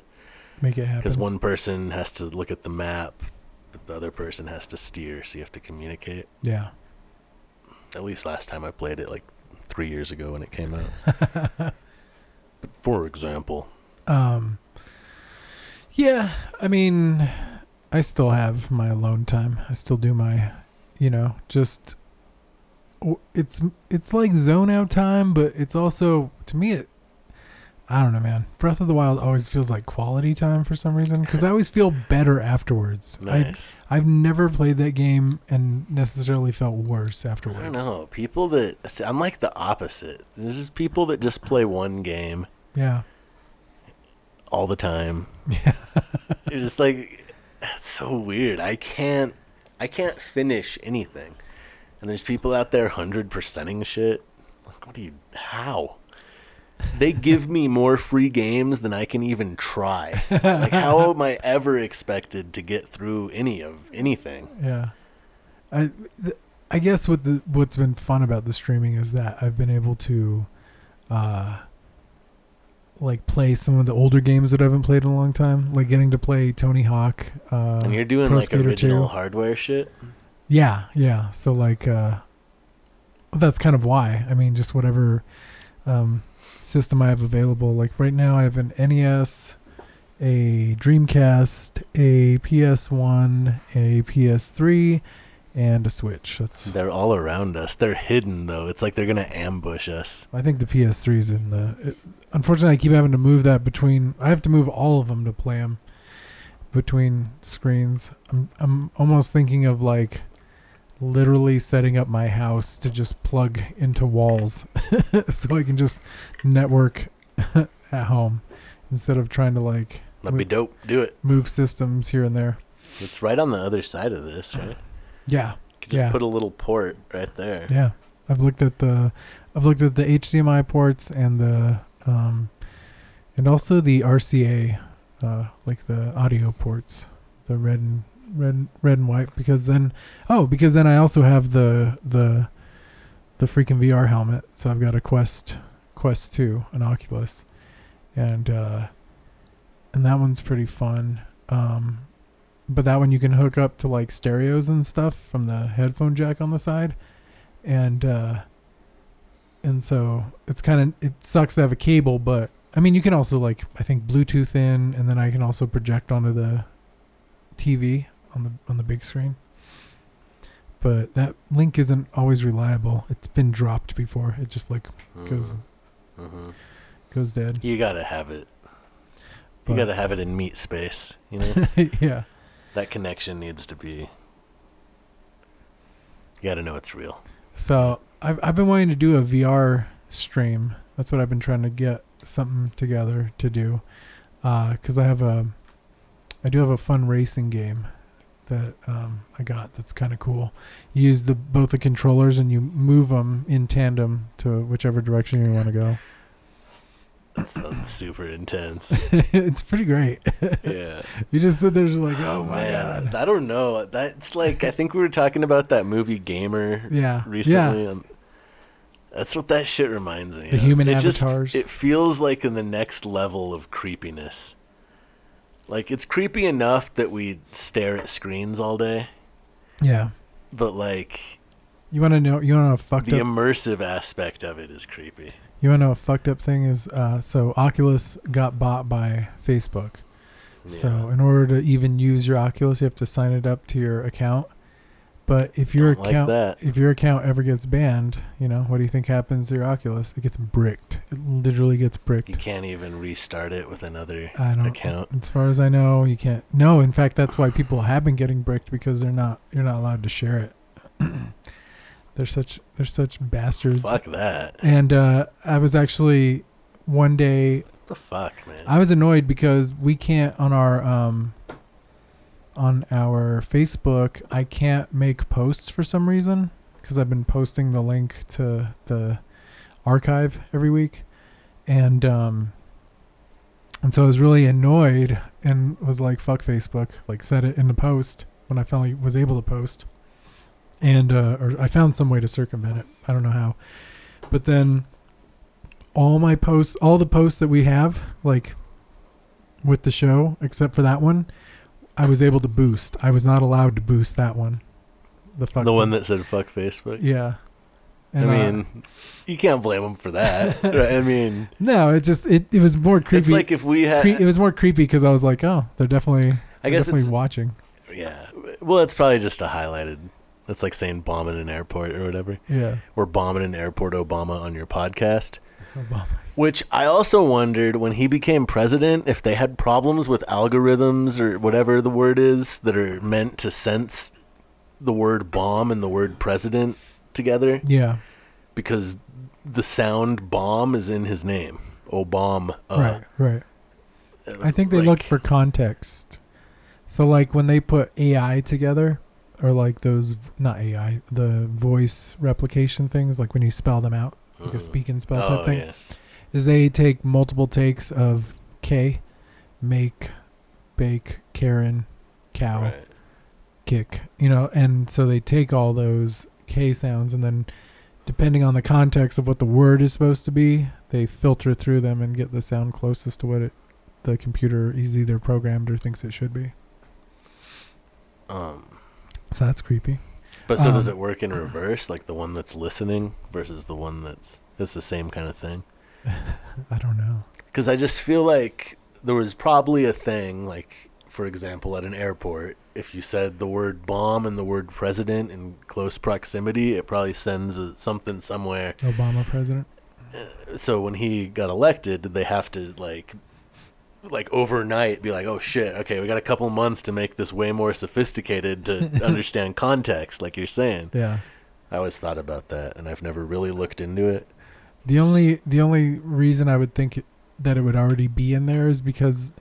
B: Make it happen.
A: because one person has to look at the map, but the other person has to steer. So you have to communicate.
B: Yeah.
A: at least last time I played it, like three years ago when it came out. *laughs* but for example,
B: Um. Yeah, I mean, I still have my alone time. I still do my, you know, just. w- It's it's like zone out time, but it's also to me it. I don't know, man. Breath of the Wild always feels like quality time for some reason because I always feel better afterwards.
A: nice.
B: I I've never played that game and necessarily felt worse
A: I,
B: afterwards.
A: don't know. People that see, I'm like the opposite. There's just people that just play one game
B: Yeah,
A: all the time.
B: yeah,
A: It's just like that's so weird. I can't. I can't finish anything. And there's people out there hundred percenting shit. Like, what do you? How? They give me more free games than I can even try.
B: *laughs*
A: Like, how am I ever expected to get through any of anything?
B: yeah. I th- I guess what the what's been fun about the streaming is that I've been able to, uh, like play some of the older games that I haven't played in a long time. Like getting to play Tony Hawk. Uh,
A: and you're doing
B: Pro
A: like
B: Skater
A: original
B: 2.
A: hardware shit.
B: Yeah, yeah. So like, uh, that's kind of why. I mean, just whatever um, system I have available. Like right now, I have an NES, a Dreamcast, a PS1, a PS3, and a Switch. That's.
A: They're all around us. They're hidden though. It's like they're gonna ambush us.
B: I think the PS3 is in the. It, unfortunately, I keep having to move that between. I have to move all of them to play them between screens. I'm I'm almost thinking of like literally setting up my house to just plug into walls *laughs* so I can just network *laughs* at home instead of trying to like
A: That'd be
B: Wait.
A: dope. Do it.
B: move systems here and there.
A: It's right on the other side of this, right?
B: Yeah.
A: Could just
B: Yeah.
A: put a little port right there.
B: Yeah, I've looked at the, I've looked at the HDMI ports and the, um, and also the RCA, uh, like the audio ports, the red and red red and white. Because then, oh, because then I also have the the, the freaking VR helmet. So I've got a Quest Quest Two, an Oculus, and uh, and that one's pretty fun. Um, but that one you can hook up to like stereos and stuff from the headphone jack on the side and uh and so it's kind of it sucks to have a cable but i mean you can also like i think bluetooth in and then i can also project onto the tv on the on the big screen but that link isn't always reliable it's been dropped before it just like goes
A: Mm-hmm.
B: goes dead
A: You gotta have it. You
B: But-
A: gotta have it in meat space. You know
B: *laughs* yeah
A: that connection needs to be. You gotta know it's real.
B: So I've I've been wanting to do a VR stream. That's what I've been trying to get something together to do, because I have a, I do have a fun racing game, that um, I got that's kind of cool. You use the both the controllers and you move them in tandem to whichever direction you want to go. *laughs*
A: That sounds super
B: *laughs*
A: intense.
B: it's pretty great. *laughs*
A: Yeah.
B: You just sit there just like, oh, my
A: Man,
B: god,
A: I don't know. That's like I think we were talking about that movie Gamer
B: yeah,
A: recently.
B: yeah.
A: And that's what that shit reminds me.
B: The
A: of.
B: human
A: it just-
B: avatars.
A: it feels like in the next level of creepiness. Like it's creepy enough that we stare at screens all day,
B: yeah.
A: but like
B: You want to know? You want to know? a Fucked
A: the
B: up
A: immersive aspect of it is creepy.
B: You wanna know a fucked up thing is? Uh, so Oculus got bought by Facebook. So
A: Yeah.
B: in order to even use your Oculus, you have to sign it up to your account. But if your
A: Don't like
B: account
A: that.
B: if your account ever gets banned, you know what do you think happens to your Oculus? It gets bricked. It literally gets
A: you
B: bricked.
A: can't even restart it with another
B: I don't.
A: account.
B: As far as I know, you can't. No, in fact, that's why people have been getting bricked because they're not. You're not allowed to share it. *clears throat* they're such. They're such bastards.
A: Fuck that.
B: And uh, I was actually one day
A: What the fuck, man?
B: I was annoyed because we can't on our um on our Facebook. I can't make posts for some reason because I've been posting the link to the archive every week, and um and so I was really annoyed and was like, "Fuck Facebook!" Like said it in the post when I finally was able to post, and uh, or I found some way to circumvent it. I don't know how, but then all my posts, all the posts that we have, like with the show, except for that one, I was able to boost. I was not allowed to boost that one. The fuck
A: the one that said fuck Facebook.
B: yeah.
A: I
B: uh,
A: mean, you can't blame them
B: *laughs*
A: for that. right? I mean,
B: no, it just it, it was more creepy.
A: it's like if we had.
B: Cre- it was more creepy because I was like, oh, they're definitely,
A: I
B: they're
A: guess
B: definitely
A: it's
B: watching.
A: yeah. Well, it's probably just a highlighted. It's like saying bombing an airport or whatever. *laughs*
B: Yeah,
A: Or bombing an airport, Obama, on your podcast.
B: Obama.
A: Which I also wondered when he became president if they had problems with algorithms or whatever the word is that are meant to sense the word bomb and the word president together
B: Yeah,
A: because the sound bomb is in his name. Obama.
B: right, right. I think they
A: like-
B: look for context. So like when they put AI together, or like those v- not AI, the voice replication things, like when you spell them out, like a
A: Mhm.
B: speak and spell type
A: Oh,
B: thing,
A: yeah.
B: is they take multiple takes of K, make, bake, Karen, cow.
A: Right.
B: kick, you know, and so they take all those K sounds and then depending on the context of what the word is supposed to be, they filter through them and get the sound closest to what it the computer is either programmed or thinks it should be.
A: Um,
B: So that's creepy.
A: But so does
B: Um,
A: it work in reverse, like the one that's listening versus the one that's it's the same kind of thing?
B: I don't know.
A: Because I just feel like there was probably a thing, like for example, at an airport, if you said the word bomb and the word president in close proximity, it probably sends a, something somewhere.
B: Obama president.
A: So when he got elected, did they have to like? like overnight be like oh shit okay we got a couple months to make this way more sophisticated to understand context like you're saying
B: Yeah.
A: I always thought about that, and I've never really looked into it.
B: The only the only reason I would think it, that it would already be in there is because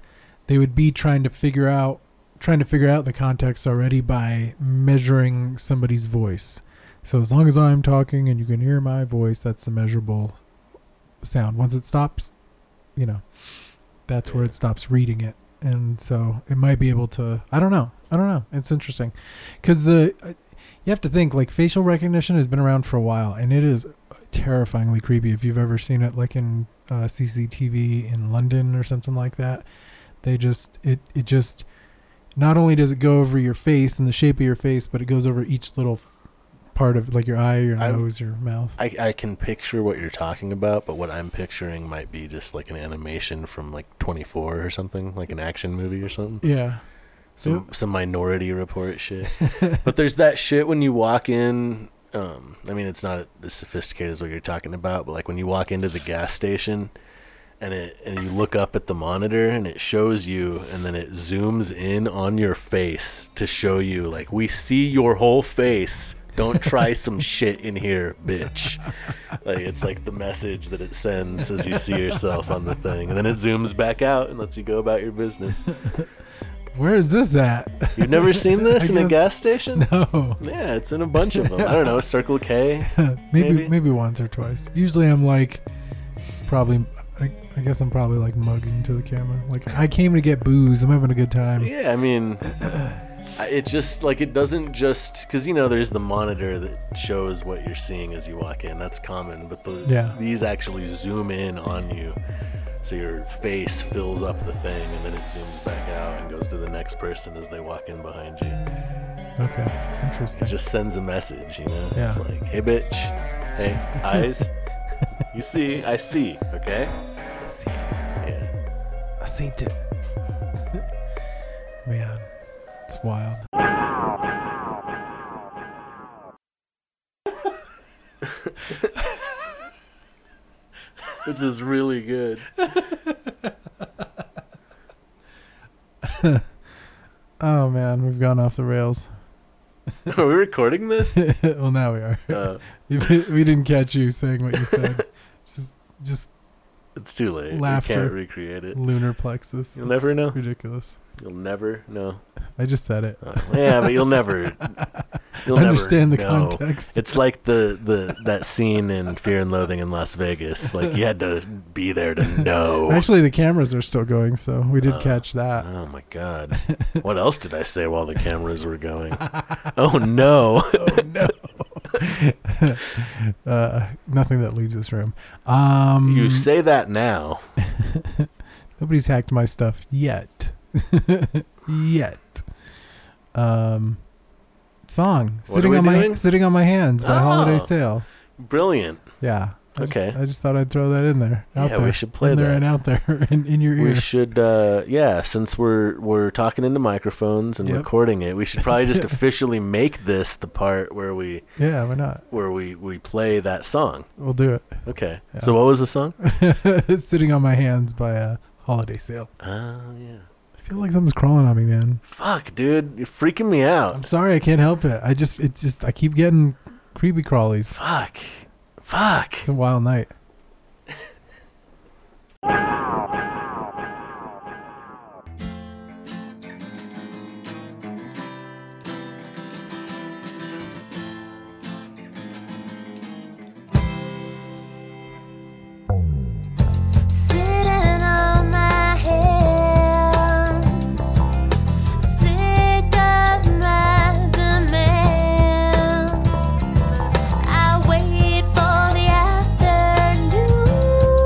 B: they would be trying to figure out trying to figure out the context already by measuring somebody's voice. So as long as I'm talking and you can hear my voice, that's the measurable sound. Once it stops, you know, that's where it stops reading it. And so it might be able to I don't know. I don't know. It's interesting. Cuz the uh, you have to think like facial recognition has been around for a while and it is terrifyingly creepy if you've ever seen it like in uh, cctv in london or something like that they just it it just not only does it go over your face and the shape of your face but it goes over each little f- part of like your eye your
A: I-
B: nose your mouth
A: I, I can picture what you're talking about, but what I'm picturing might be just like an animation from like 24 or something, like an action movie or something.
B: yeah
A: Some some minority report shit. but there's that shit when you walk in. Um, I mean, it's not as sophisticated as what you're talking about, but like when you walk into the gas station, and it and you look up at the monitor and it shows you, and then it zooms in on your face to show you like we see your whole face. Don't try some shit in here, bitch. Like it's like the message that it sends as you see yourself on the thing, and then it zooms back out and lets you go about your business.
B: where is this at *laughs* Oh.
A: You've never seen this
B: I
A: in a
B: guess-
A: gas station?
B: no
A: Yeah, it's in a bunch of them. I
B: *laughs*
A: don't know, Circle K.
B: maybe,
A: Maybe.
B: maybe once or twice usually i'm like probably I, I guess i'm probably like mugging to the camera like i came to get booze i'm having a good time
A: Yeah, I mean, I- it just like it doesn't just because you know there's the monitor that shows what you're seeing as you walk in. That's common, but the,
B: Yeah.
A: these actually zoom in on you, so your face fills up the thing, and then it zooms back out and goes to the next person as they walk in behind you.
B: okay
A: It
B: interesting
A: just sends a message, you know. It's
B: Yeah.
A: like, hey, bitch, hey, eyes, you see, I see, okay, yeah.
B: I seen it. Man, it's wild.
A: which is
B: *laughs*
A: really good.
B: Oh man, we've gone off the rails. *laughs*
A: Are we recording this?
B: well, now we are.
A: *laughs*
B: *laughs*
A: Uh,
B: we didn't catch you saying what you said.
A: *laughs*
B: just, just
A: it's too late.
B: Laughter.
A: You can't recreate it.
B: lunar plexus.
A: You'll never
B: It's
A: know.
B: Ridiculous.
A: You'll never know.
B: I just said it.
A: Uh, yeah, but you'll never.
B: *laughs*
A: You'll
B: Understand
A: never
B: the
A: know.
B: context.
A: It's like the, the that scene in Fear and Loathing in Las Vegas. Like you had to be there to know.
B: *laughs* Actually, the cameras are still going, so we did
A: Uh,
B: catch *laughs* that.
A: oh my god! What else did I say while the cameras were going? Oh no!
B: *laughs* Uh, nothing that leaves this room. Um,
A: you say that now.
B: Nobody's hacked my stuff yet. *laughs* yet. Um song
A: What are
B: sitting
A: we
B: on my
A: doing?
B: sitting on my hands by
A: Oh.
B: holiday sale.
A: Brilliant.
B: Yeah. I just-
A: Okay.
B: I just thought I'd throw that in there. Out
A: yeah,
B: there.
A: we should play
B: in there
A: that.
B: and out there *laughs* in, in your
A: We
B: ear.
A: should, uh, yeah. Since we're we're talking into microphones and
B: Yep.
A: recording it, we should
B: *laughs*
A: probably just officially make this the part where we
B: yeah, why not?
A: where we we play that song.
B: We'll do
A: Okay.
B: Yeah.
A: So what was
B: *laughs*
A: the song?
B: it. sitting on my hands by a holiday sale.
A: Oh yeah.
B: It feels like something's crawling on me, man.
A: Fuck, dude, you're freaking me out.
B: I'm sorry I can't help it. I just it just I keep getting creepy crawlies.
A: Fuck. Fuck.
B: It's a wild night.
E: Sitting on my hands, sick of my demands. I wait for the afternoon.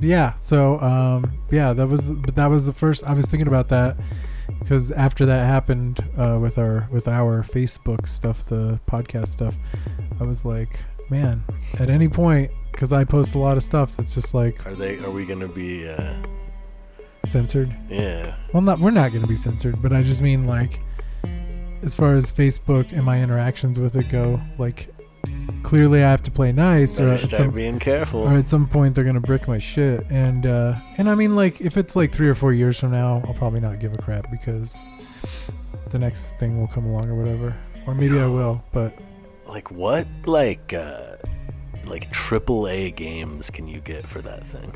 B: yeah so um yeah that was but that was the first i was thinking about that because after that happened uh with our with our facebook stuff the podcast stuff i was like man at any point because i post a lot of stuff that's just like
A: Are they? Are we gonna be? Uh,
B: censored
A: yeah.
B: well not we're not going to be censored but i just mean like as far as facebook and my interactions with it go like clearly i have to play nice or
A: Better
B: at
A: start
B: some
A: being careful.
B: or at some point they're gonna brick my shit and uh and i mean like if it's like three or four years from now i'll probably not give a crap because the next thing will come along or whatever or maybe i will but
A: Like what? Like uh, like triple A games can you get for that thing?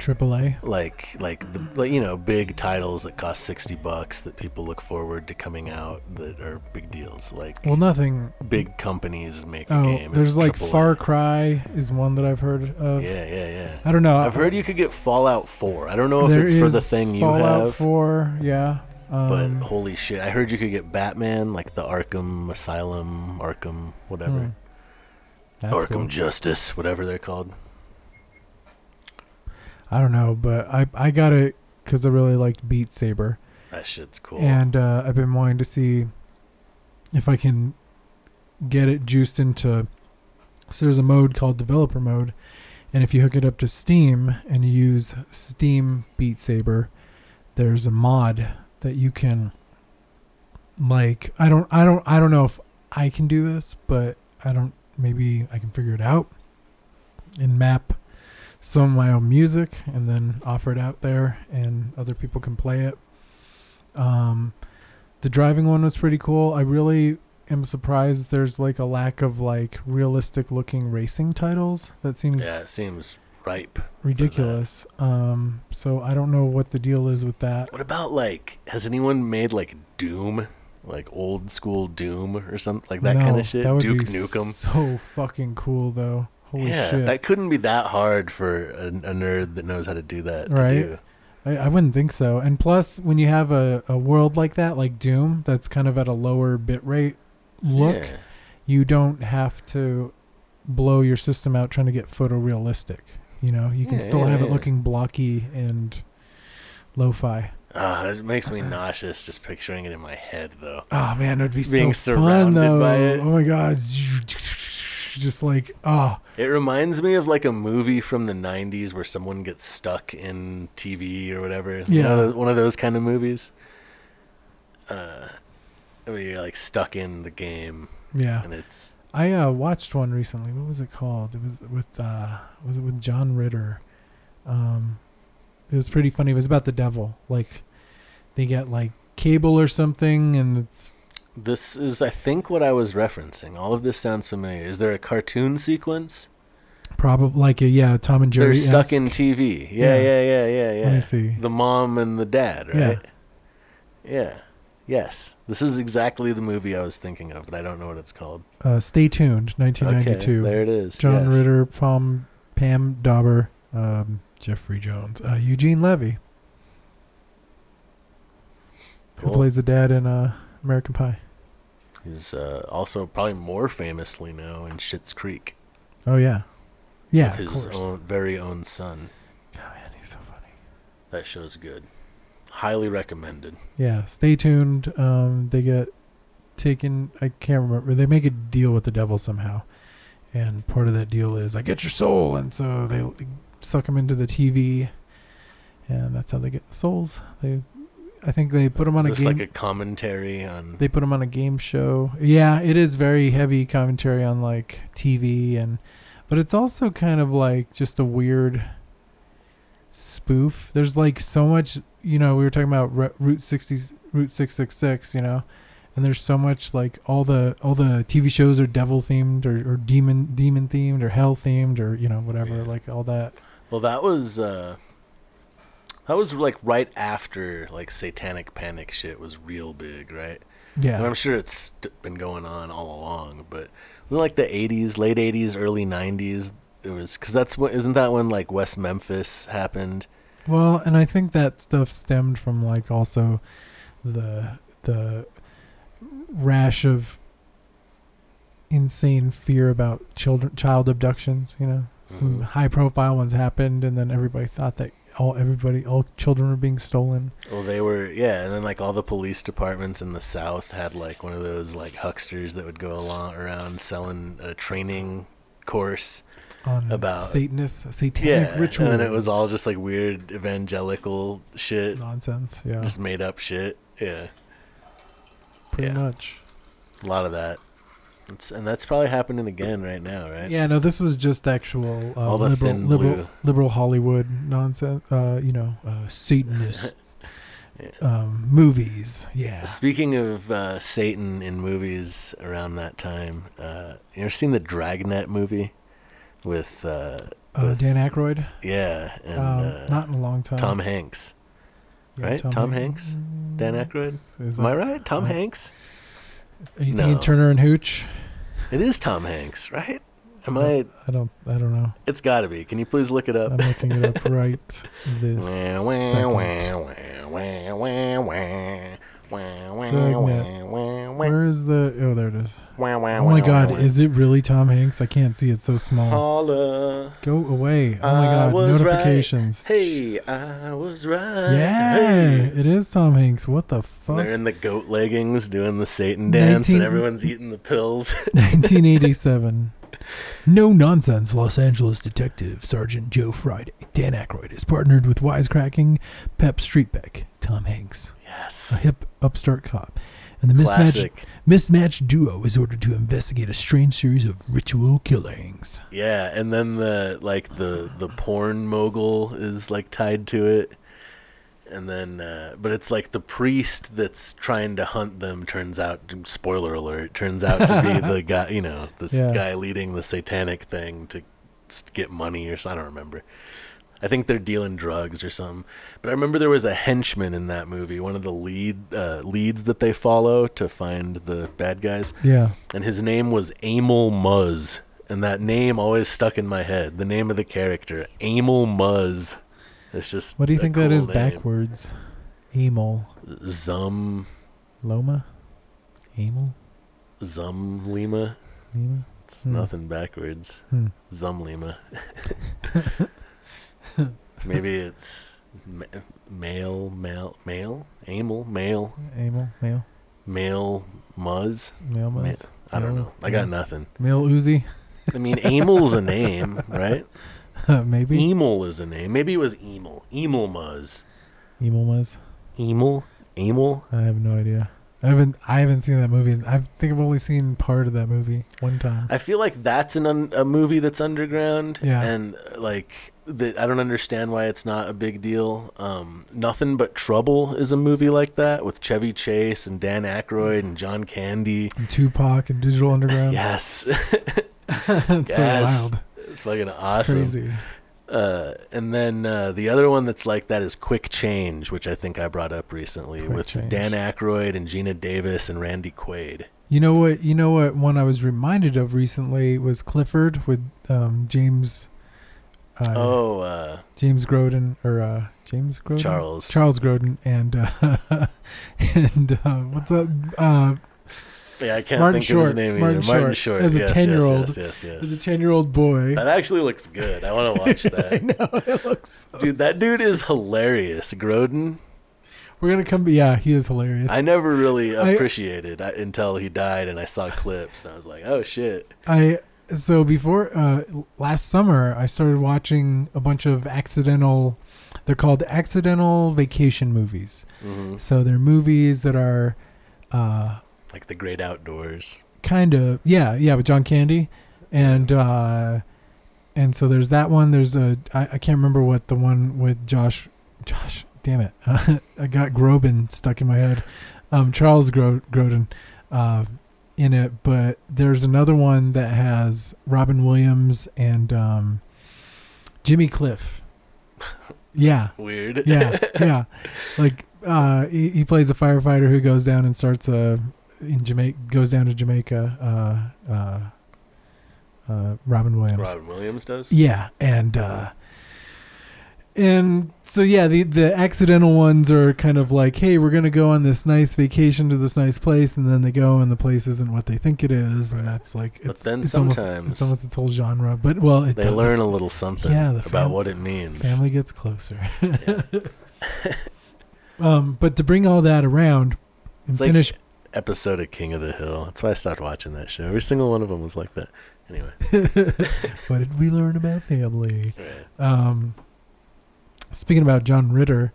B: aaa
A: Like like the like, you know big titles that cost sixty bucks that people look forward to coming out that are big deals. Like
B: well nothing
A: big companies make a
B: oh
A: game. It's
B: there's like
A: AAA.
B: far cry is one that i've heard of
A: Yeah, yeah, yeah.
B: i don't know
A: I've heard you could get Fallout 4. I don't know if it's for the thing you
B: fallout
A: have,
B: 4 yeah
A: but
B: um,
A: holy shit! I heard you could get Batman, like the Arkham Asylum, Arkham whatever.
B: hmm. that's
A: Arkham
B: cool.
A: Justice, whatever they're called.
B: i don't know but i i got it because i really liked beat saber
A: That shit's cool.
B: and uh, I've been wanting to see if I can get it juiced into. So there's a mode called developer mode, and if you hook it up to Steam and you use Steam Beat Saber, there's a mod that you can. Like I don't I don't I don't know if I can do this, but I don't maybe I can figure it out and map some of my own music and then offer it out there and other people can play it. Um, the driving one was pretty cool. I really am surprised there's like a lack of like realistic looking racing titles. That seems
A: yeah, it seems ripe.
B: ridiculous. Um, so I don't know what the deal is with that.
A: What about like? Has anyone made like Doom, like old school Doom or something like that kind
B: No,
A: of shit?
B: That would
A: Duke
B: be
A: Nukem.
B: So fucking cool though. Holy
A: yeah,
B: shit!
A: that couldn't be that hard for a, a nerd that knows how to do that. to
B: Right.
A: do.
B: I, I wouldn't think so. And plus, when you have a, a world like that, like Doom, that's kind of at a lower bitrate look,
A: Yeah.
B: you don't have to blow your system out trying to get photorealistic. You know, you can
A: Yeah,
B: still
A: yeah,
B: have it
A: yeah.
B: looking blocky and lo fi.
A: Ah, it makes me nauseous just picturing it in my head, though.
B: Oh man, it'd be
A: Being
B: so fun
A: surrounded
B: though.
A: by it.
B: Oh my god. *laughs* Just like, oh,
A: It reminds me of like a movie from the '90s where someone gets stuck in TV or whatever. You
B: Yeah.
A: know, one of those kind of movies. Uh, where you're like stuck in the game,
B: yeah.
A: and it's
B: I uh, watched one recently. What was it called? It was with uh, was it with John Ritter? Um, it was pretty funny. It was about the devil. Like they get like cable or something, and it's
A: this is I think what I was referencing. All of this sounds familiar. Is there a cartoon sequence?
B: probably like a yeah Tom and Jerry.
A: They're stuck in TV. Yeah,
B: Yeah.
A: yeah, yeah, yeah, yeah.
B: Let me see.
A: The mom and the dad,
B: Yeah.
A: right? Yeah. Yes. This is exactly the movie I was thinking of, but I don't know what it's called.
B: Uh, Stay tuned,
A: Okay,
B: 1992.
A: there it is.
B: John
A: yes.
B: Ritter, Pam Pam Dauber, um, Jeffrey Jones, uh, Eugene Levy,
A: Cool.
B: who plays the dad in uh, American Pie.
A: He's uh, also probably more famously now in Schitt's Creek.
B: Oh yeah, yeah. Of
A: his
B: course.
A: own very own son.
B: Oh man, he's so funny.
A: That show's good. Highly recommended.
B: yeah stay tuned um they get taken i can't remember they make a deal with the devil somehow and part of that deal is i get your soul and so they suck them into the tv and that's how they get the souls they i think they put them on a
A: Just
B: game
A: like a commentary on
B: they put them on a game show yeah it is very heavy commentary on like tv and but it's also kind of like just a weird spoof there's like so much you know we were talking about Re- route 60 route 666 you know and there's so much like all the all the tv shows are devil themed or, or demon demon themed or hell themed or you know whatever
A: Yeah.
B: like all that
A: Well, that was uh, that was like right after like Satanic Panic shit was real big, right?
B: yeah
A: And I'm sure it's st- been going on all along, but in like the '80s, late '80s, early '90s, it was because that's what isn't that when like West Memphis happened?
B: Well, and I think that stuff stemmed from like also the the rash of insane fear about children child abductions, you know.
A: Mm-hmm.
B: some high profile ones happened, and then everybody thought that all everybody all children were being stolen.
A: Well, they were, yeah, and then like all the police departments in the South had like one of those like hucksters that would go along around selling a training course.
B: on
A: About-
B: Satanists, satanic
A: Yeah,
B: ritual.
A: and then it was all just like weird evangelical shit,
B: nonsense. Yeah,
A: just made up shit. Yeah,
B: pretty
A: yeah.
B: much.
A: a lot of that, it's, and that's probably happening again right now, right?
B: Yeah, no, this was just actual uh,
A: All the
B: liberal,
A: thin
B: liberal,
A: blue.
B: liberal Hollywood nonsense. Uh, you know, uh, Satanist
A: *laughs* Yeah.
B: um, movies. Yeah,
A: Speaking of uh, Satan in movies around that time, uh, you ever seen the Dragnet movie with uh,
B: uh, Dan Aykroyd.
A: yeah and
B: um,
A: uh,
B: not in a long time.
A: Tom Hanks? right? Tom Hanks? Dan Aykroyd?
B: Is
A: Am I
B: that-
A: right? Tom
B: uh,
A: Hanks.
B: Are you thinking
A: No.
B: Turner and Hooch?
A: It is Tom Hanks, right? Am I?
B: I don't. I don't know.
A: It's got to be. Can you please look it up?
B: I'm looking it
A: *laughs*
B: up right this
A: Wah, wah,
B: second.
A: wah, wah, wah, wah, wah. Wah, wah,
B: Dragnet.
A: wah, wah,
B: Where is the? Oh, there it is.
A: wah, wah,
B: Oh my
A: wah,
B: God!
A: wah.
B: Is it really Tom Hanks? I can't see. It's so small.
A: Paula?
B: Go away! Oh my
A: I
B: God!
A: was right.
B: Notifications.
A: Hey,
B: Jesus.
A: I was right.
B: Yeah,
A: Hey.
B: it is Tom Hanks. What the *laughs*
A: They're
B: fuck?
A: in the goat leggings doing the Satan dance, and
B: 19
A: everyone's eating the pills. *laughs*
B: 1987. No nonsense Los Angeles detective Sergeant Joe Friday. Dan Aykroyd is partnered with wisecracking Pep Streetbeck, Tom Hanks, a
A: yes.
B: hip upstart cop. And the mismatched,
A: Classic.
B: mismatched duo is ordered to investigate a strange series of ritual killings.
A: Yeah, and then the like the the porn mogul is like tied to it. And then uh, but it's like the priest that's trying to hunt them turns out spoiler alert, turns out to be the guy, you know, this
B: Yeah.
A: guy leading the satanic thing to s- get money or something, I don't remember. I think they're dealing drugs or something. But I remember there was a henchman in that movie, one of the lead uh, leads that they follow to find the bad guys
B: Yeah.
A: and his name was Emil Muzz. And that name always stuck in my head. The name of the character, Emil Muzz. It's just.
B: What do you
A: a
B: think that
A: cool
B: is
A: name.
B: backwards? Emil.
A: Zum
B: Loma? Emil?
A: Zum Lima.
B: Lima?
A: It's
B: Hmm.
A: nothing backwards.
B: Hmm.
A: Zum
B: *laughs*
A: Lima. Maybe it's ma- male, male, male, Emil, male,
B: Emil? Male?
A: male Muzz.
B: Male?
A: Ma-
B: Male?
A: I don't
B: Male-
A: know. I got
B: male.
A: nothing.
B: Male Uzi?
A: I mean, Emil's a name,
B: *laughs*
A: right?
B: Maybe.
A: Emil is a name. Maybe it was Emil. Emil Muzz.
B: Emil was.
A: Emil? Emil?
B: I have no idea. I haven't. I haven't seen that movie. I think I've only seen part of that movie one
A: *laughs*
B: time.
A: I feel like that's an un- a movie that's underground.
B: Yeah.
A: And uh, like that I don't understand why it's not a big deal. Um, Nothing but Trouble is a movie like that with Chevy Chase and Dan Aykroyd and John Candy.
B: And Tupac and Digital Underground.
A: Yes. *laughs*
B: *laughs* it's
A: yes.
B: so wild.
A: Fucking
B: It's
A: awesome.
B: crazy.
A: Uh, and then uh, the other one that's like that is Quick Change, which I think I brought up recently
B: Quick
A: with
B: Change.
A: Dan Aykroyd and Gina Davis and Randy Quaid.
B: You know what? You know what? One I was reminded of recently was Clifford with um, James. Uh,
A: oh, uh,
B: James Groden or uh, James Groden.
A: Charles.
B: Charles Grodin and uh, *laughs* and uh, what's up? Uh,
A: Yeah, I can't
B: Martin
A: think
B: Short.
A: of his name
B: Martin
A: either. Martin
B: Short.
A: Short.
B: As a
A: yes, yes,
B: 10-year-old.
A: Yes, yes, yes,
B: There's a ten-year-old boy. *laughs*
A: That actually looks good. I want to watch
B: I
A: that.
B: know it looks. So
A: Dude, that dude is hilarious. Groden,
B: We're gonna come. Yeah, he is hilarious.
A: I never really
B: I-
A: appreciated I, until he died and I saw clips and I was like, oh shit.
B: I so before uh, last summer, I started watching a bunch of accidental. They're called accidental vacation movies.
A: hmm
B: So they're movies that are, uh,
A: Like the great outdoors.
B: kind of yeah yeah with John Candy, and uh, and so there's that one. There's a I, I can't remember what the one with Josh Josh. Damn it! *laughs* I got Groban stuck in my head. Um, Charles Gro- Groden. Uh, in it, but there's another one that has Robin Williams and um, Jimmy Cliff. Yeah,
A: Weird.
B: yeah, yeah. Like uh, he, he plays a firefighter who goes down and starts a in Jamaica goes down to Jamaica. Uh, uh, uh, Robin Williams.
A: Robin Williams does?
B: Yeah, and uh, and so yeah, the the accidental ones are kind of like, hey, we're gonna go on this nice vacation to this nice place, and then they go and the place isn't what they think it is, and that's like, it's,
A: But then
B: it's almost
A: sometimes-
B: it's almost its whole genre. But well, it
A: They
B: does- the
A: learn a little something
B: yeah, the
A: about
B: fam-
A: what it means.
B: Family gets closer. *laughs* um, but to bring all that around and
A: It's like- *laughs*
B: finish *laughs*
A: Episode of King of the Hill. That's why I stopped watching that show. Every single one of them was like that. Anyway,
B: what did we learn about family? Um, speaking about John Ritter,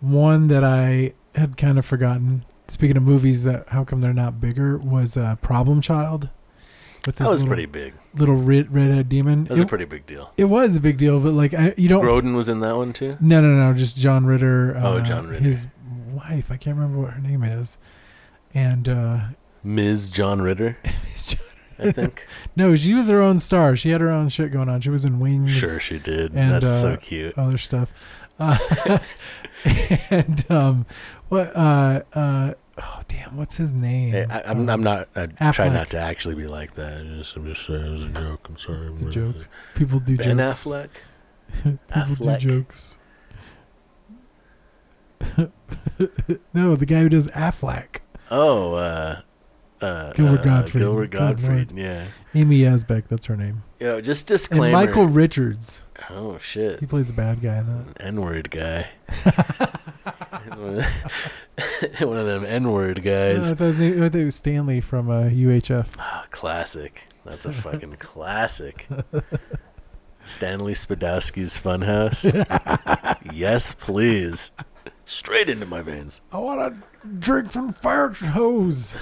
B: one that I had kind of forgotten. Speaking of movies that how come they're not bigger was uh, Problem Child. With
A: that was
B: little,
A: pretty big.
B: little red redhead demon.
A: That was a
B: It,
A: pretty big deal.
B: it was a big deal, but like I, you don't.
A: Groden was in that one too.
B: No, no, no. Just John Ritter. Uh,
A: Oh, John Ritter.
B: His wife. I can't remember what her name is. And uh,
A: Ms. John
B: *laughs*
A: Ritter, I think.
B: no, she was her own star. She had her own shit going on. She was in Wings.
A: sure, she did.
B: and,
A: That's
B: uh,
A: so cute.
B: other
A: *laughs*
B: stuff. Uh, *laughs* and um, what? Uh, uh, oh, damn! What's his name?
A: Hey, I, I'm, I'm not. I try
B: uh, Affleck.
A: not to actually be like that. I'm just, I'm just saying it was a joke. I'm sorry. uh,
B: It's a joke. People do
A: Ben
B: jokes.
A: Affleck.
B: *laughs* People
A: Affleck.
B: do jokes. *laughs* no, the guy who does Affleck,
A: Oh, uh, uh,
B: Gilbert
A: uh,
B: Gottfried.
A: Gilbert
B: Good lord.
A: Gottfried. Yeah.
B: Amy Asbeck. That's her name.
A: Yo, just
B: And
A: disclaimer.
B: Michael Richards.
A: Oh shit.
B: He plays a bad guy in that.
A: An
B: *laughs*
A: N-word guy. *laughs* One of them N-word
B: No, I
A: guys.
B: thought his name- I thought it was Stanley from uh, UHF.
A: Ah, classic. That's a fucking classic. Stanley Spadowski's Funhouse. yes, please. Straight into my veins.
D: I want
B: drink from fire *laughs* hose.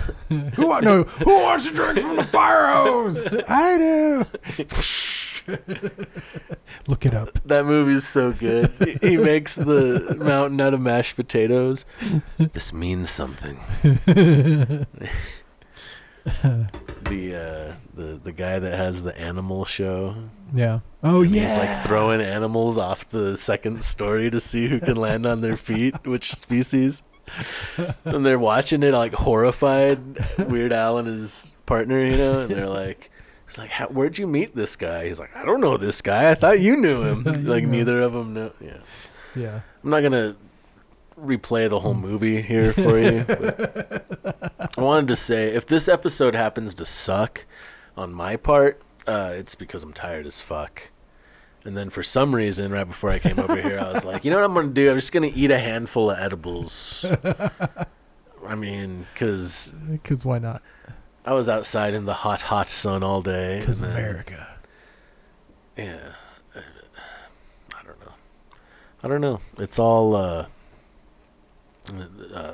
B: who wa- no? Who wants to drink from the fire hose? *laughs* I do. Look it up.
A: That movie's so good. He- he makes the mountain out of mashed potatoes. This means *laughs* something. the uh, the the guy that has the animal show.
B: Yeah. Oh
A: And
B: yeah.
A: He's like throwing animals off the second story to see who can land on their feet, which species. And they're watching it like horrified. Weird Al and his partner, you know, and they're like. He's like, "How- "Where'd you meet this guy?" He's like, "I don't know this guy. I thought you
B: *laughs*
A: knew him."
B: thought you
A: Like
B: knew him.
A: neither of them know. Yeah.
B: yeah.
A: I'm not gonna replay the whole movie here for you. but I wanted to say if this episode happens to suck on my part, uh, it's because I'm tired as fuck. And then for some reason, right before I came over here, I was like, you know what I'm gonna do? I'm just gonna eat a handful of edibles. I mean, because
B: Because why not?
A: I was outside in the hot, hot sun all day.
B: Because
A: and then-
B: America.
A: yeah. I don't know. I don't know. It's all uh, uh,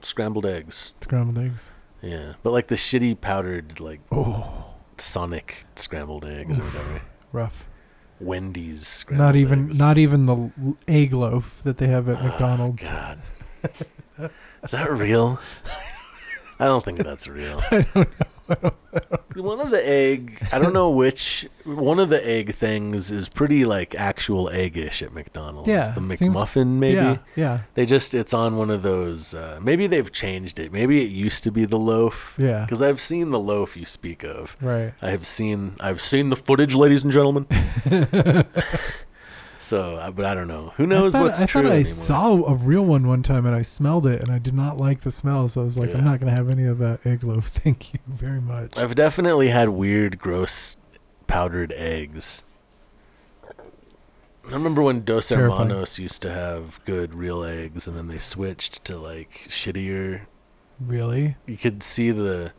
A: scrambled eggs.
B: Scrambled eggs.
A: Yeah. But like the shitty powdered, like
B: Oh,
A: Sonic scrambled eggs or whatever.
B: rough.
A: Wendy's scrambled
B: Not even.
A: eggs.
B: Not even the l- egg loaf that they have at
A: Ah,
B: McDonald's.
A: God. Is that real? I don't think
B: *laughs*
A: that's real. I don't know. One of the egg, I don't know which, one of the egg things is pretty like actual egg-ish at McDonald's.
B: Yeah,
A: The
B: seems-
A: McMuffin, maybe.
B: Yeah. Yeah.
A: They just, it's on one of those, uh, maybe they've changed it. Maybe it used to be the loaf.
B: Yeah.
A: Because I've seen the loaf you speak of.
B: Right.
A: I have seen, I've seen the footage, ladies
B: *laughs*
A: and gentlemen. so, I- but I don't know. Who knows
B: I thought,
A: what's
B: I,
A: true
B: thought I
A: anymore.
B: saw a real one one time and I smelled it and I did not like the smell, so I was like,
A: Yeah.
B: I'm not gonna have any of that egg loaf. *laughs* Thank you very much.
A: I've definitely had weird, gross, powdered eggs. I remember when Dos
B: It's terrifying.
A: Hermanos used to have good, real eggs, and then they switched to like shittier.
B: Really?
A: You could see the,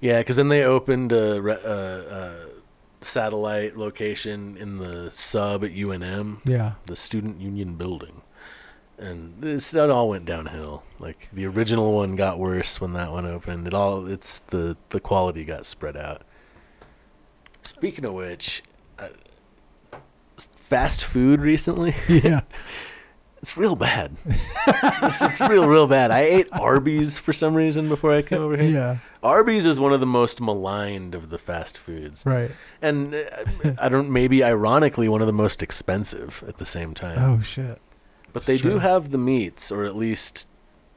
A: yeah, because then they opened a, re- a, a satellite location in the sub at UNM,
B: Yeah. *laughs*
A: the Student Union Building, and this that all went downhill. Like the original one got worse when that one opened. It all it's the the quality got spread out. Speaking of which, uh, fast food recently *laughs*
B: Yeah.
A: it's real bad. it's, it's real real bad. I ate Arby's for some reason before I came over here.
B: Yeah.
A: Arby's is one of the most maligned of the fast foods,
B: Right.
A: and uh, I don't maybe ironically one of the most expensive at the same time.
B: Oh shit. *laughs*
A: But
B: It's
A: they do
B: true.
A: have the meats, or at least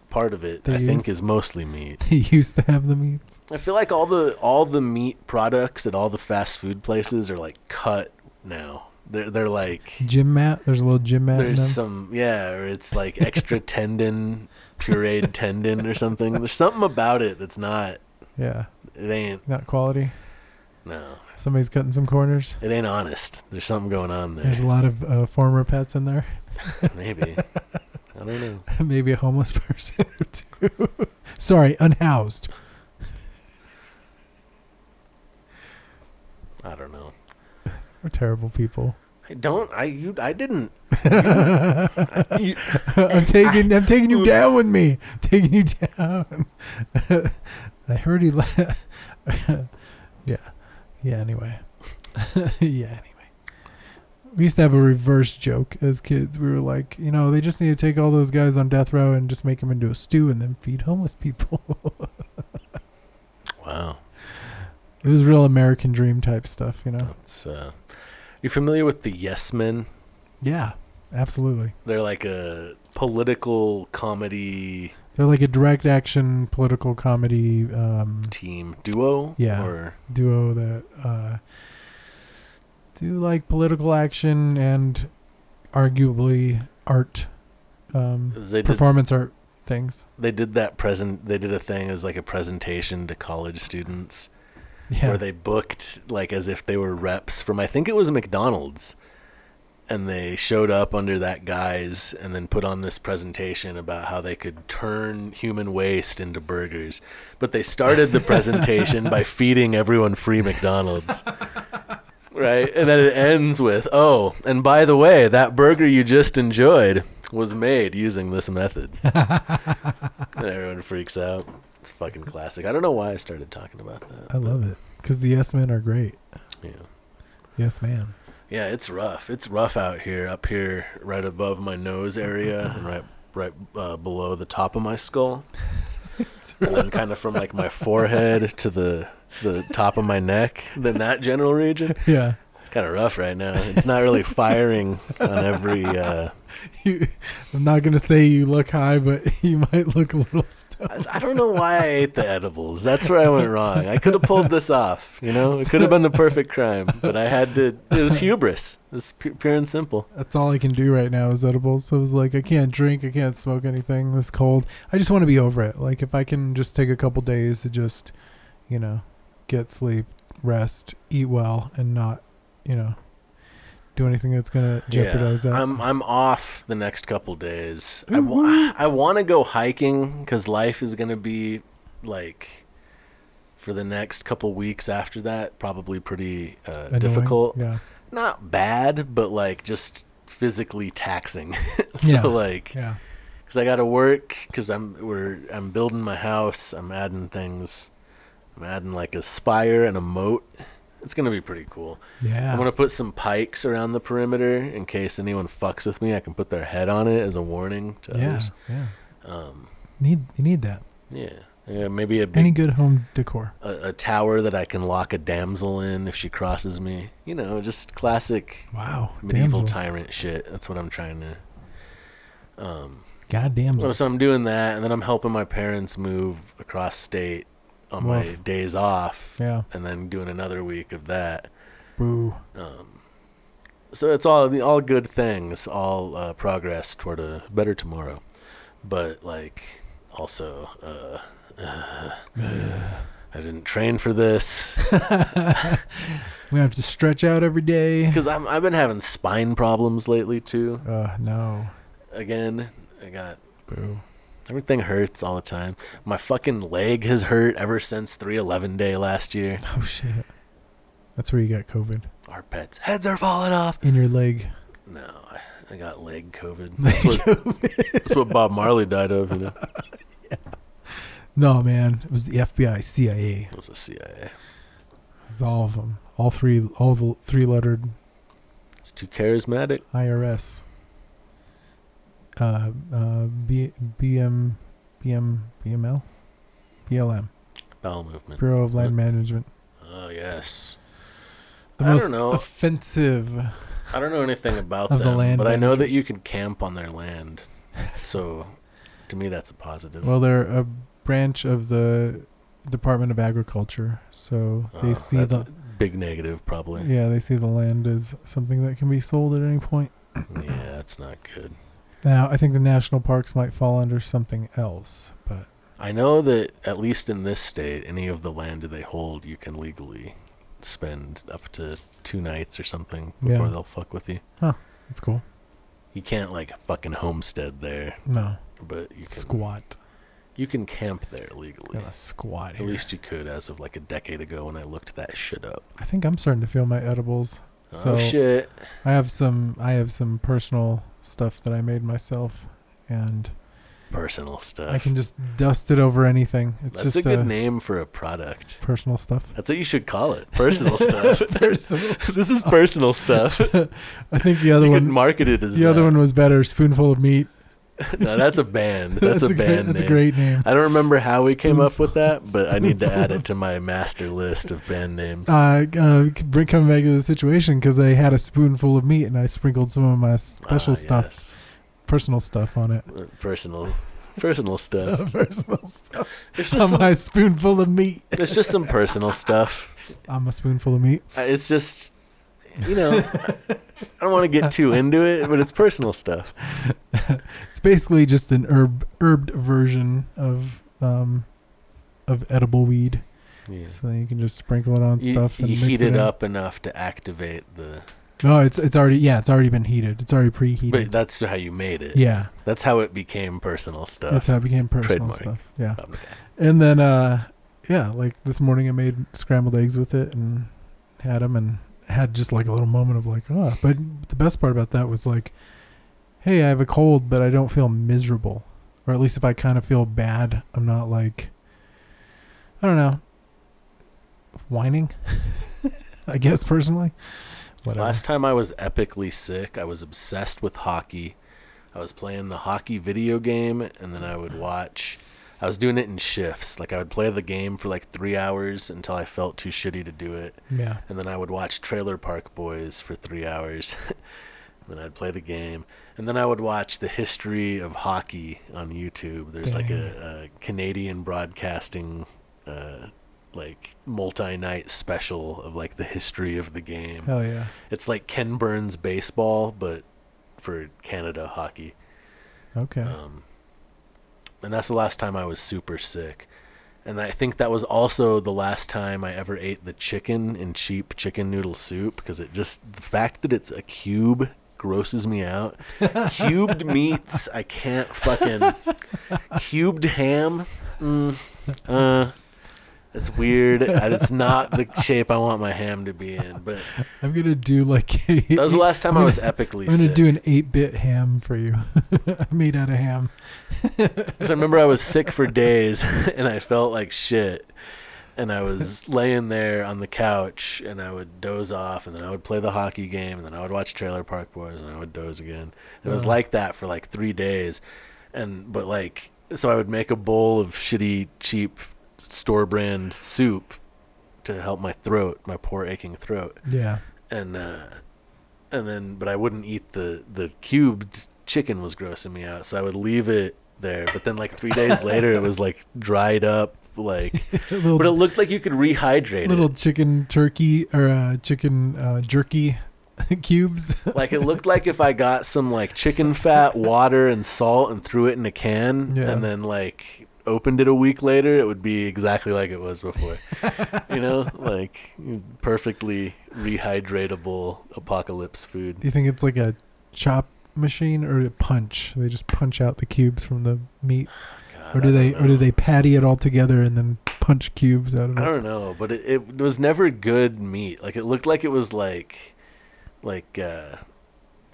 A: part of it.
B: They
A: I think
B: use-
A: is mostly meat.
B: They used to have the meats.
A: I feel like all the all the meat products at all the fast food places are like cut now. They're they're like
B: *laughs* Gym mat. There's a little gym mat. In
A: there's
B: them.
A: some yeah, or it's like extra tendon, pureed tendon or something. There's something about it that's not.
B: yeah,
A: It ain't
B: not quality.
A: no.
B: Somebody's cutting some corners.
A: It ain't honest. There's something going on there.
B: There's a lot of uh, former pets in there.
A: *laughs*
B: *laughs*
A: Maybe. I don't know.
B: Maybe a homeless *laughs* person or two. Sorry, unhoused.
A: I don't know.
B: We're terrible people.
A: I don't. I you. I didn't.
B: *laughs*
A: You-
B: I'm taking I'm taking you down with me. taking you down. *laughs* I heard he la- *laughs* Yeah. Yeah, anyway. *laughs* yeah, anyway. We used to have a reverse joke as kids. We were like, you know, they just need to take all those guys on death row and just make them into a stew and then feed homeless people. *laughs*
A: wow.
B: it was real American dream type stuff, you know.
A: It's. Uh, you familiar with the Yes Men?
B: Yeah, absolutely.
A: They're like a political comedy
B: They're like a direct action political comedy um
A: team duo.
B: Yeah.
A: Or
B: duo that uh, do like political action and arguably art um,
A: 'cause they did,
B: performance art things.
A: they did that present. They did a thing as like a presentation to college students
B: Yeah,
A: where they booked like as if they were reps from I think it was McDonald's. And they showed up under that guise and then put on this presentation about how they could turn human waste into burgers. But they
B: *laughs*
A: started the presentation by feeding everyone free McDonald's. Right? And then it ends with, oh, and by the way, that burger you just enjoyed was made using
B: *laughs*
A: this method. and everyone freaks out. It's fucking classic. I don't know why I started talking about that.
B: I love it because the Yes Men are great.
A: Yeah.
B: Yes Man.
A: Yeah, it's rough. It's rough out here, up here, right above my nose *laughs* area, and right, right uh, below the top of my *laughs* skull, and then kind of from like my forehead to the the top of my neck. Then that general region,
B: Yeah, *laughs*
A: it's kind of rough right now. It's not really firing on every. Uh,
B: you, I'm not gonna say you look high, but *laughs* you might look a little stoned.
A: I- I don't know why I ate the edibles. That's where I went wrong. I could have pulled this off. You know, it could have been the perfect crime, but I had to. It was hubris. It's pure, pure and simple.
B: That's all I can do right now is edibles. So it's like I can't drink, I can't smoke anything. This cold. I just want to be over it. Like if I can just take a couple days to just, you know, get sleep, rest, eat well, and not, you know, do anything that's gonna jeopardize
A: yeah,
B: that.
A: I'm I'm off the next couple days. I, wa- I want to go hiking because life is gonna be like for the next couple weeks after that probably pretty uh,
B: Annoying.
A: difficult.
B: Yeah.
A: Not bad, but like just physically taxing. *laughs* so
B: Yeah.
A: like
B: Yeah.
A: because I got to work because I'm we're I'm building my house. I'm adding things. I'm adding like a spire and a moat. It's gonna be pretty cool.
B: Yeah.
A: I'm gonna put some pikes around the perimeter in case anyone fucks with me. I can put their head on it as a warning to
B: yeah.
A: others.
B: Yeah.
A: Um,
B: Need you need that.
A: yeah, yeah. Maybe a, big,
B: Any good home decor.
A: a a tower that I can lock a damsel in if she crosses me. You know, just classic
B: Wow.
A: medieval
B: Damsels.
A: tyrant shit. That's what I'm trying to. Um,
B: God
A: so,
B: damn.
A: so I'm doing that, and then I'm helping my parents move across state on my
B: Woof.
A: days off,
B: Yeah.
A: and then doing another week of that.
B: Boo. *laughs*
A: Um, so it's all the- all good things, all uh, progress toward a better tomorrow, but like also, uh, uh, I didn't train for this
B: We have to stretch out every day.
A: because I'm I've been having spine problems lately too.
B: Uh no.
A: Again, I got
B: Boo.
A: everything hurts all the time. My fucking leg has hurt ever since 311 day last year.
B: *laughs* Oh shit. That's where you got COVID.
A: Our pets' heads are falling off.
B: In your leg.
A: No, I, I got leg COVID. That's what, that's what Bob Marley died of. You know,
B: No, man, it was the FBI, CIA,
A: it was the CIA.
B: it's all of them, all three, all the three-lettered
A: It's too charismatic.
B: IRS, uh, uh, B, BM, BM, BML, BLM,
A: Bowel movement.
B: Bureau of Land Management.
A: Oh yes.
B: The
A: I don't
B: most
A: know.
B: offensive.
A: I don't know anything about
B: Of the
A: them,
B: land
A: but I know that
B: managers.
A: you can camp on their land. So, to me, that's a positive.
B: Well, they're a branch of the Department of Agriculture, so they
A: Oh,
B: see
A: that-
B: the
A: big negative, probably.
B: Yeah, they see the land as something that can be sold at any point.
A: yeah, that's not good.
B: Now, I think the national parks might fall under something else, but
A: I know that at least in this state, any of the land that they hold, you can legally spend up to two nights or something before
B: Yeah.
A: they'll fuck with you.
B: it's cool.
A: You can't like fucking homestead there,
B: No,
A: but you can
B: squat.
A: you can camp there legally.
B: Gotta squat
A: At
B: here.
A: least you could as of like a decade ago when I looked that shit up.
B: I think I'm starting to feel my edibles. So-
A: oh shit.
B: I have some. I have some personal stuff that I made myself, and
A: Personal stuff.
B: I can just dust it over anything. It's
A: That's
B: just uh,
A: a good name for a product.
B: personal stuff.
A: That's what you should call it.
B: *laughs*
A: Personal stuff.
B: Personal
A: *laughs* this is personal stuff.
B: I think the other
A: you could
B: one.
A: market it as
B: The other
A: that.
B: one was better. Spoonful of meat.
A: No, that's
B: *laughs*
A: a band. That's, a,
B: great,
A: band
B: That's a
A: name.
B: great name.
A: I don't remember how we came up with that, but I need to add
B: Spoonful.
A: it to my master list of band names.
B: Uh, uh, bring coming back to the situation because I had a spoonful of meat and I sprinkled some of my special
A: Ah,
B: stuff,
A: yes.
B: personal stuff on it.
A: Uh, Personal, personal
B: *laughs*
A: stuff.
B: personal stuff.
A: It's just,
B: On
A: some,
B: my spoonful of meat.
A: it's just some
B: *laughs*
A: personal stuff.
B: I'm a spoonful of meat.
A: Uh, It's just, you know, I don't want to
B: *laughs*
A: get too into it, but it's personal stuff.
B: It's basically just an herb herbed version of um of edible weed.
A: Yeah.
B: So you can just sprinkle it on
A: You,
B: stuff and
A: you
B: mix
A: heat
B: it
A: it
B: in.
A: up enough to activate the.
B: No, it's it's already yeah, it's already been heated. It's already preheated.
A: But that's how you made it.
B: yeah,
A: That's how it became personal stuff.
B: that's how it became personal
A: Trademark.
B: stuff. Yeah.
A: Okay.
B: And then, uh, yeah, like this morning I made scrambled eggs with it and had them and had just like a little moment of like, oh, but the best part about that was like, hey, I have a cold, but I don't feel miserable. Or at least if I kind of feel bad, I'm not like, I don't know, whining, *laughs* I guess personally. Whatever.
A: Last time I was epically sick, I was obsessed with hockey. I was playing the hockey video game, and then I would watch. I was doing it in shifts. Like, I would play the game for like three hours until I felt too shitty to do it.
B: yeah.
A: And then I would watch Trailer Park Boys for three hours. *laughs* and then I'd play the game. And then I would watch the history of hockey on YouTube. There's like a, a Canadian broadcasting, uh, like, multi night special of like the history of the game.
B: Hell yeah.
A: It's like Ken Burns baseball, but for Canada hockey.
B: Okay.
A: Um, and that's the last time I was super sick. And I think that was also the last time I ever ate the chicken in cheap chicken noodle soup because it just, the fact that it's a cube grosses me out. Cubed meats, I can't fucking. Cubed ham, mm, uh, it's weird. and It's not the shape I want my ham to be in, but
B: I'm going to do like *laughs* a.
A: that was the last time
B: I'm
A: I *laughs* was
B: gonna- *laughs*
A: epically
B: I'm gonna
A: sick.
B: do an eight-bit ham for you, *laughs* made out of ham.
A: 'Cause I remember I was sick for days *laughs* and I felt like shit. And I was laying there on the couch and I would doze off and then I would play the hockey game and then I would watch Trailer Park Boys and I would doze again. It was
B: Wow.
A: like that for like three days. And, but like, so I would make a bowl of shitty, cheap store brand soup to help my throat, my poor aching throat
B: Yeah, *laughs*
A: and uh, and then but I wouldn't eat the the cubed chicken was grossing me out, so I would leave it there. But then like
B: *laughs*
A: three days later, it was like dried up, like
B: little,
A: but it looked like you could rehydrate
B: little chicken turkey or uh, chicken uh, jerky *laughs* cubes. *laughs*
A: it. *laughs* Like it looked like if I got some like chicken fat, water, and salt, and threw it in a can,
B: Yeah.
A: and then like opened it a week later, it would be exactly like it was before.
B: *laughs*
A: you know, like perfectly rehydratable apocalypse food.
B: Do you think it's like a chop machine or a punch? They just punch out the cubes from the meat,
A: God,
B: or
A: I
B: do they,
A: don't
B: or do
A: know.
B: they patty it all together and then punch cubes out of
A: I
B: it?
A: don't know, but it, it was never good meat. Like it looked like it was like, like uh,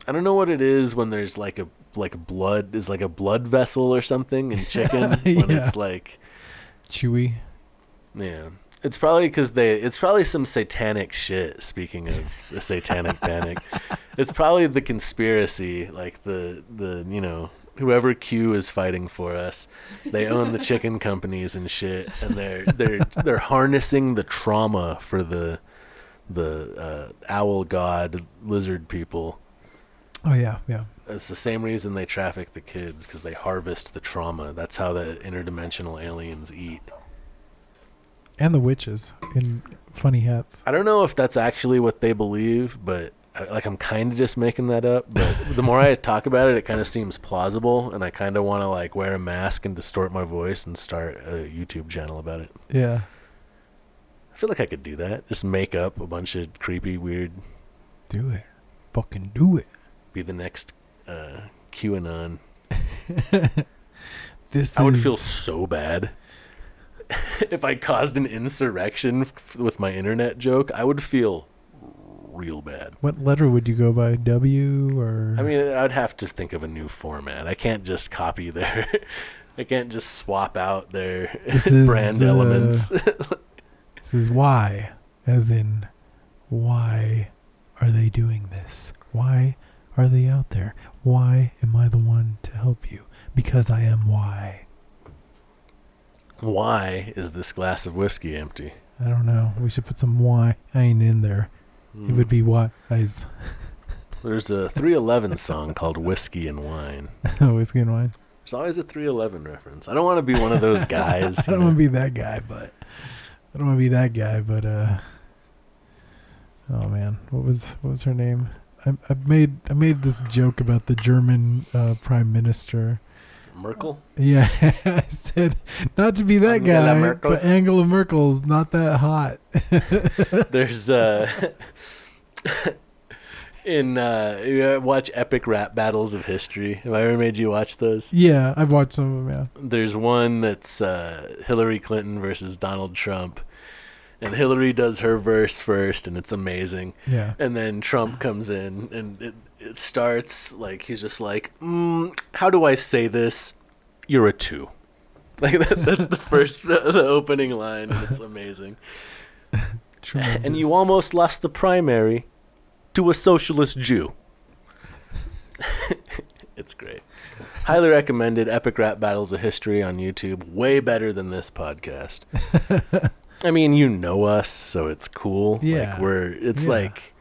A: I don't know what it is when there's like a like blood is like a blood vessel or something in chicken when
B: Yeah.
A: it's like
B: Chewy.
A: yeah. It's probably because they. It's probably some satanic shit. Speaking of the satanic panic, it's probably the conspiracy. Like the the you know whoever Q is fighting for us, they own the chicken companies and shit, and they're they're they're harnessing the trauma for the the uh, owl god lizard people.
B: Oh yeah, yeah.
A: It's the same reason they traffic the kids because they harvest the trauma. That's how the interdimensional aliens eat.
B: and the witches in funny hats.
A: I don't know if that's actually what they believe, but I- like I'm kind of just making that up. But the more I talk about it, it kind of seems plausible, and I kind of want to like wear a mask and distort my voice and start a YouTube channel about it.
B: Yeah.
A: I feel like I could do that. Just make up a bunch of creepy, weird.
B: Do it. Fucking do it.
A: Be the next uh, QAnon.
B: This
A: I would
B: is-
A: feel so bad *laughs* if I caused an insurrection f- with my internet joke. I would feel real bad.
B: What letter would you go by? W or
A: I mean, I'd have to think of a new format. I can't just copy their. *laughs* I can't just swap out their *laughs*
B: This is,
A: brand
B: uh,
A: elements. *laughs*
B: this is why, as in, why are they doing this? Why are they out there? Why am I the one to help you? Because I am why.
A: Why is this glass of whiskey empty?
B: I don't know. We should put some why. I ain't in there. It would be why. *laughs* I's
A: Hmm. There's a 311 song called Whiskey and Wine.
B: always getting wine.
A: There's always a 311 reference. I don't want to be one of those
B: *laughs*
A: guys.
B: I
A: you
B: don't
A: know.
B: want to be that guy, but I don't want to be that guy, but uh. Oh man, what was what was her name? I I made I made this joke about the German uh, prime minister.
A: Merkel?
B: Yeah, *laughs* I said not to be that
A: Angela
B: guy,
A: Merkel.
B: but Angela Merkel's not that hot.
A: There's uh *laughs* in uh you ever watch epic rap battles of history. Have I ever made you watch those?
B: yeah, I've watched some of them. Yeah,
A: There's one that's uh Hillary Clinton versus Donald Trump. And Hillary does her verse first and it's amazing.
B: yeah.
A: And then Trump comes in and it, it starts like he's just like, mm, "How do I say this? You're a two. *laughs* Like that, that's the first *laughs* the opening line and it's amazing. And
B: Tremendous.
A: you almost lost the primary to a socialist Jew. *laughs* it's great. Highly recommended Epic Rap Battles of History on YouTube. Way better than
B: *laughs*
A: this podcast. I mean, you know us, so it's cool.
B: Yeah.
A: Like we're it's
B: Yeah.
A: like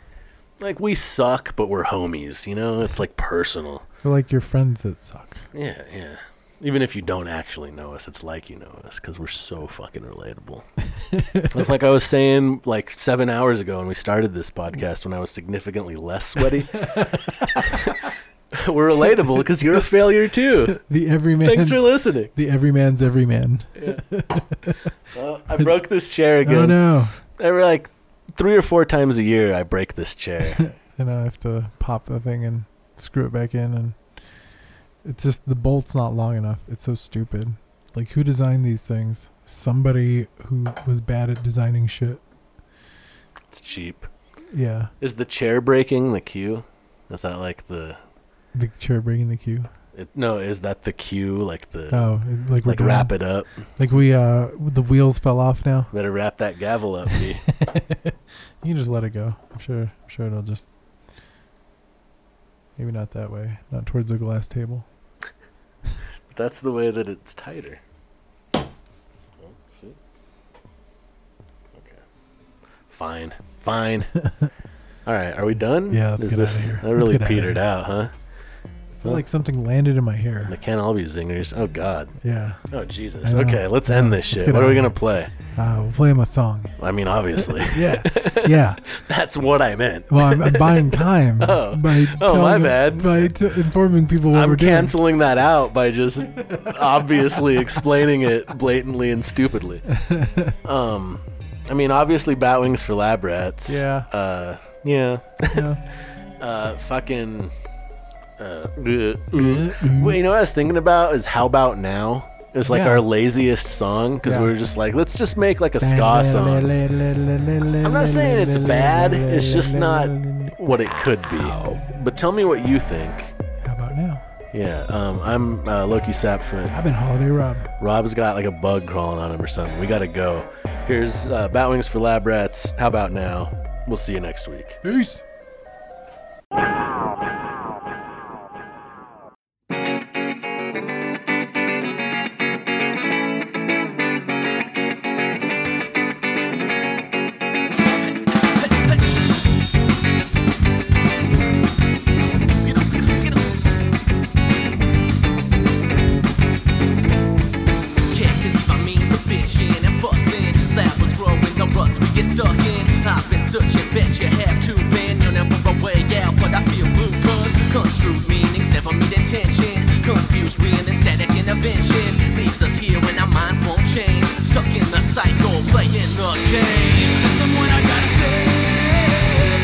A: like we suck, but we're homies, you know? It's like personal.
B: They're like your friends that suck. *laughs*
A: Yeah, yeah. Even if you don't actually know us, it's like you know us because we're so
B: *laughs*
A: fucking relatable. it's like I was saying like seven hours ago when we started this podcast when I was significantly less sweaty. *laughs* we're relatable because you're a failure
B: *laughs*
A: too.
B: The everyman.
A: Thanks for listening.
B: The everyman's everyman.
A: Well,
B: *laughs*
A: I broke this chair
B: Oh
A: again.
B: no!
A: Every like three or four times a year, I break
B: *laughs*
A: this chair.
B: And I have to pop the thing and screw it back in, and it's just the bolt's not long enough. It's so stupid. Like who designed these things? Somebody who was bad at designing shit.
A: it's cheap.
B: Yeah,
A: Is the chair breaking the cue? Is that like the
B: the chair breaking the queue.
A: it, no? Is that the cue like the
B: Oh, it- like we're
A: like
B: doing-
A: wrap it up?
B: Like we uh, the wheels fell off now.
A: Better wrap that gavel
B: *laughs*
A: up, B.
B: You can just let it go. I'm sure. I'm sure it'll just. Maybe not that way. Not towards the glass table.
A: That's the way that it's tighter. Oh, see? Okay. Fine.
B: *laughs*
A: Fine. All right. Are we done?
B: Yeah, let's
A: Is
B: get outta here.
A: That
B: Let's
A: really
B: get outta
A: petered
B: here.
A: out, huh?
B: I feel like something landed in my hair.
A: They can't all be zingers. Oh God.
B: Yeah.
A: Oh Jesus.
B: I know.
A: Okay, let's end this
B: Let's
A: shit.
B: get
A: What are we
B: outta
A: gonna
B: here.
A: play?
B: Uh, we'll play him a song.
A: I mean, obviously,
B: *laughs*
A: *laughs*
B: Yeah. Yeah.
A: that's what I meant.
B: Well, I'm, I'm buying time
A: Oh.
B: by
A: Oh,
B: telling
A: my
B: them-
A: bad.
B: by t- informing people what we're
A: I'm
B: doing.
A: canceling that out by just obviously explaining it blatantly and
B: *laughs*
A: stupidly. Um, I mean, obviously, bat wings for lab rats.
B: Yeah.
A: Uh, yeah.
B: Yeah.
A: uh, fucking. Uh, bleh, mm. Well, you know what I was thinking about is how about now? It was like
B: Yeah.
A: our laziest song because
B: Yeah.
A: we were just like, let's just make like a ska song. I'm not saying it's bad. It's just not what it could be. But tell me what you think.
B: How about now?
A: Yeah, um, I'm uh, Loki Sapfoot.
B: I've been Holiday Rob.
A: Rob's got like a bug crawling on him or something. We gotta go. Here's uh, Batwings for Lab Rats. How about now? We'll see you next week.
B: Peace.
C: Cactus by means of bitching and fussing. That was invention leaves us here when our minds won't change. Stuck in the cycle, playing the game. There's someone I gotta save.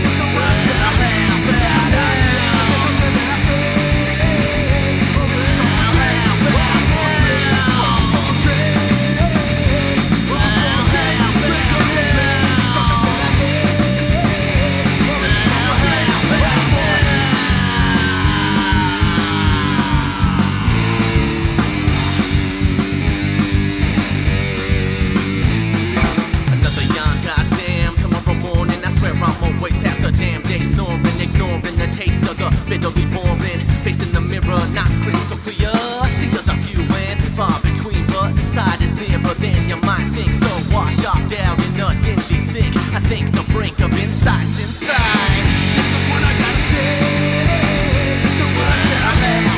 C: There's someone that I have without a doubt. Someone I have without a doubt. I'll have without a doubt. I'll have without a doubt. Another yawn, goddamn. Tomorrow morning, I swear I'm always half the damn day snoring, ignoring the taste of the bitterly boring. Facing the mirror, not crystal clear. See, there's a few and far between, but side is nearer than you might think. So wash off down in a dingy sink. I think the brink of insights inside. This is what I gotta say. This is what I have found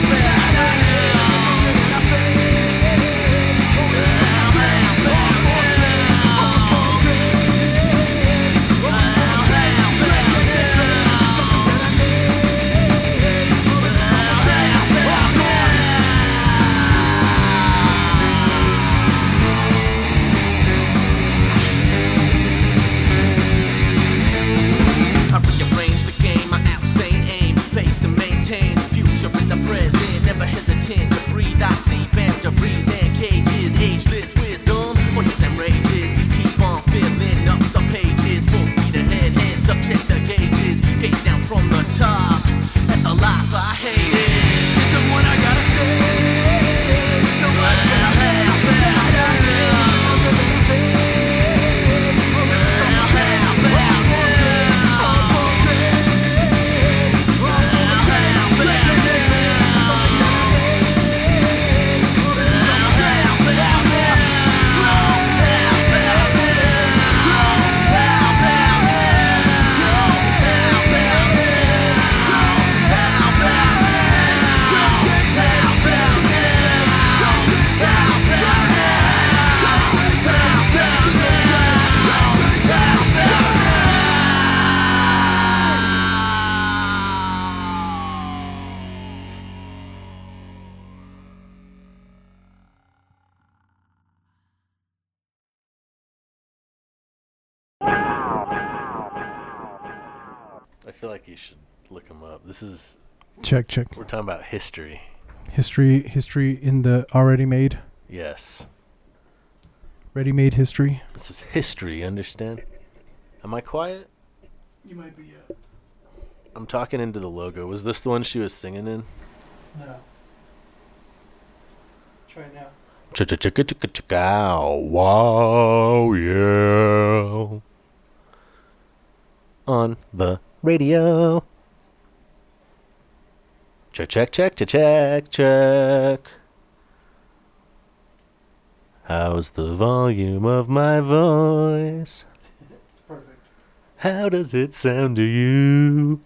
C: I rearrange the game, I outsane aim, face and maintain future in the present. Never hesitant to breathe. I see boundaries and cages, ageless wisdom, wonders and rages. Keep on filling up the pages, full speed ahead, heads up, check the gauges. Gaze down from the top at the life I hated. This is what I gotta say. This is what I have found.
A: I feel like you should look him up. This is
B: Check, check.
A: we're talking about history.
B: History, history in the already made,
A: Yes,
B: ready made history.
A: this is history. You understand? Am I quiet?
B: You might be. uh,
A: I'm talking into the logo. Was this the one she was singing in?
B: no. Try now.
A: Chicka chicka chicka chicka. Wow, yeah. On the radio. Check, check, check, check, check, check. How's the volume of my voice?
B: It's perfect.
A: How does it sound to you?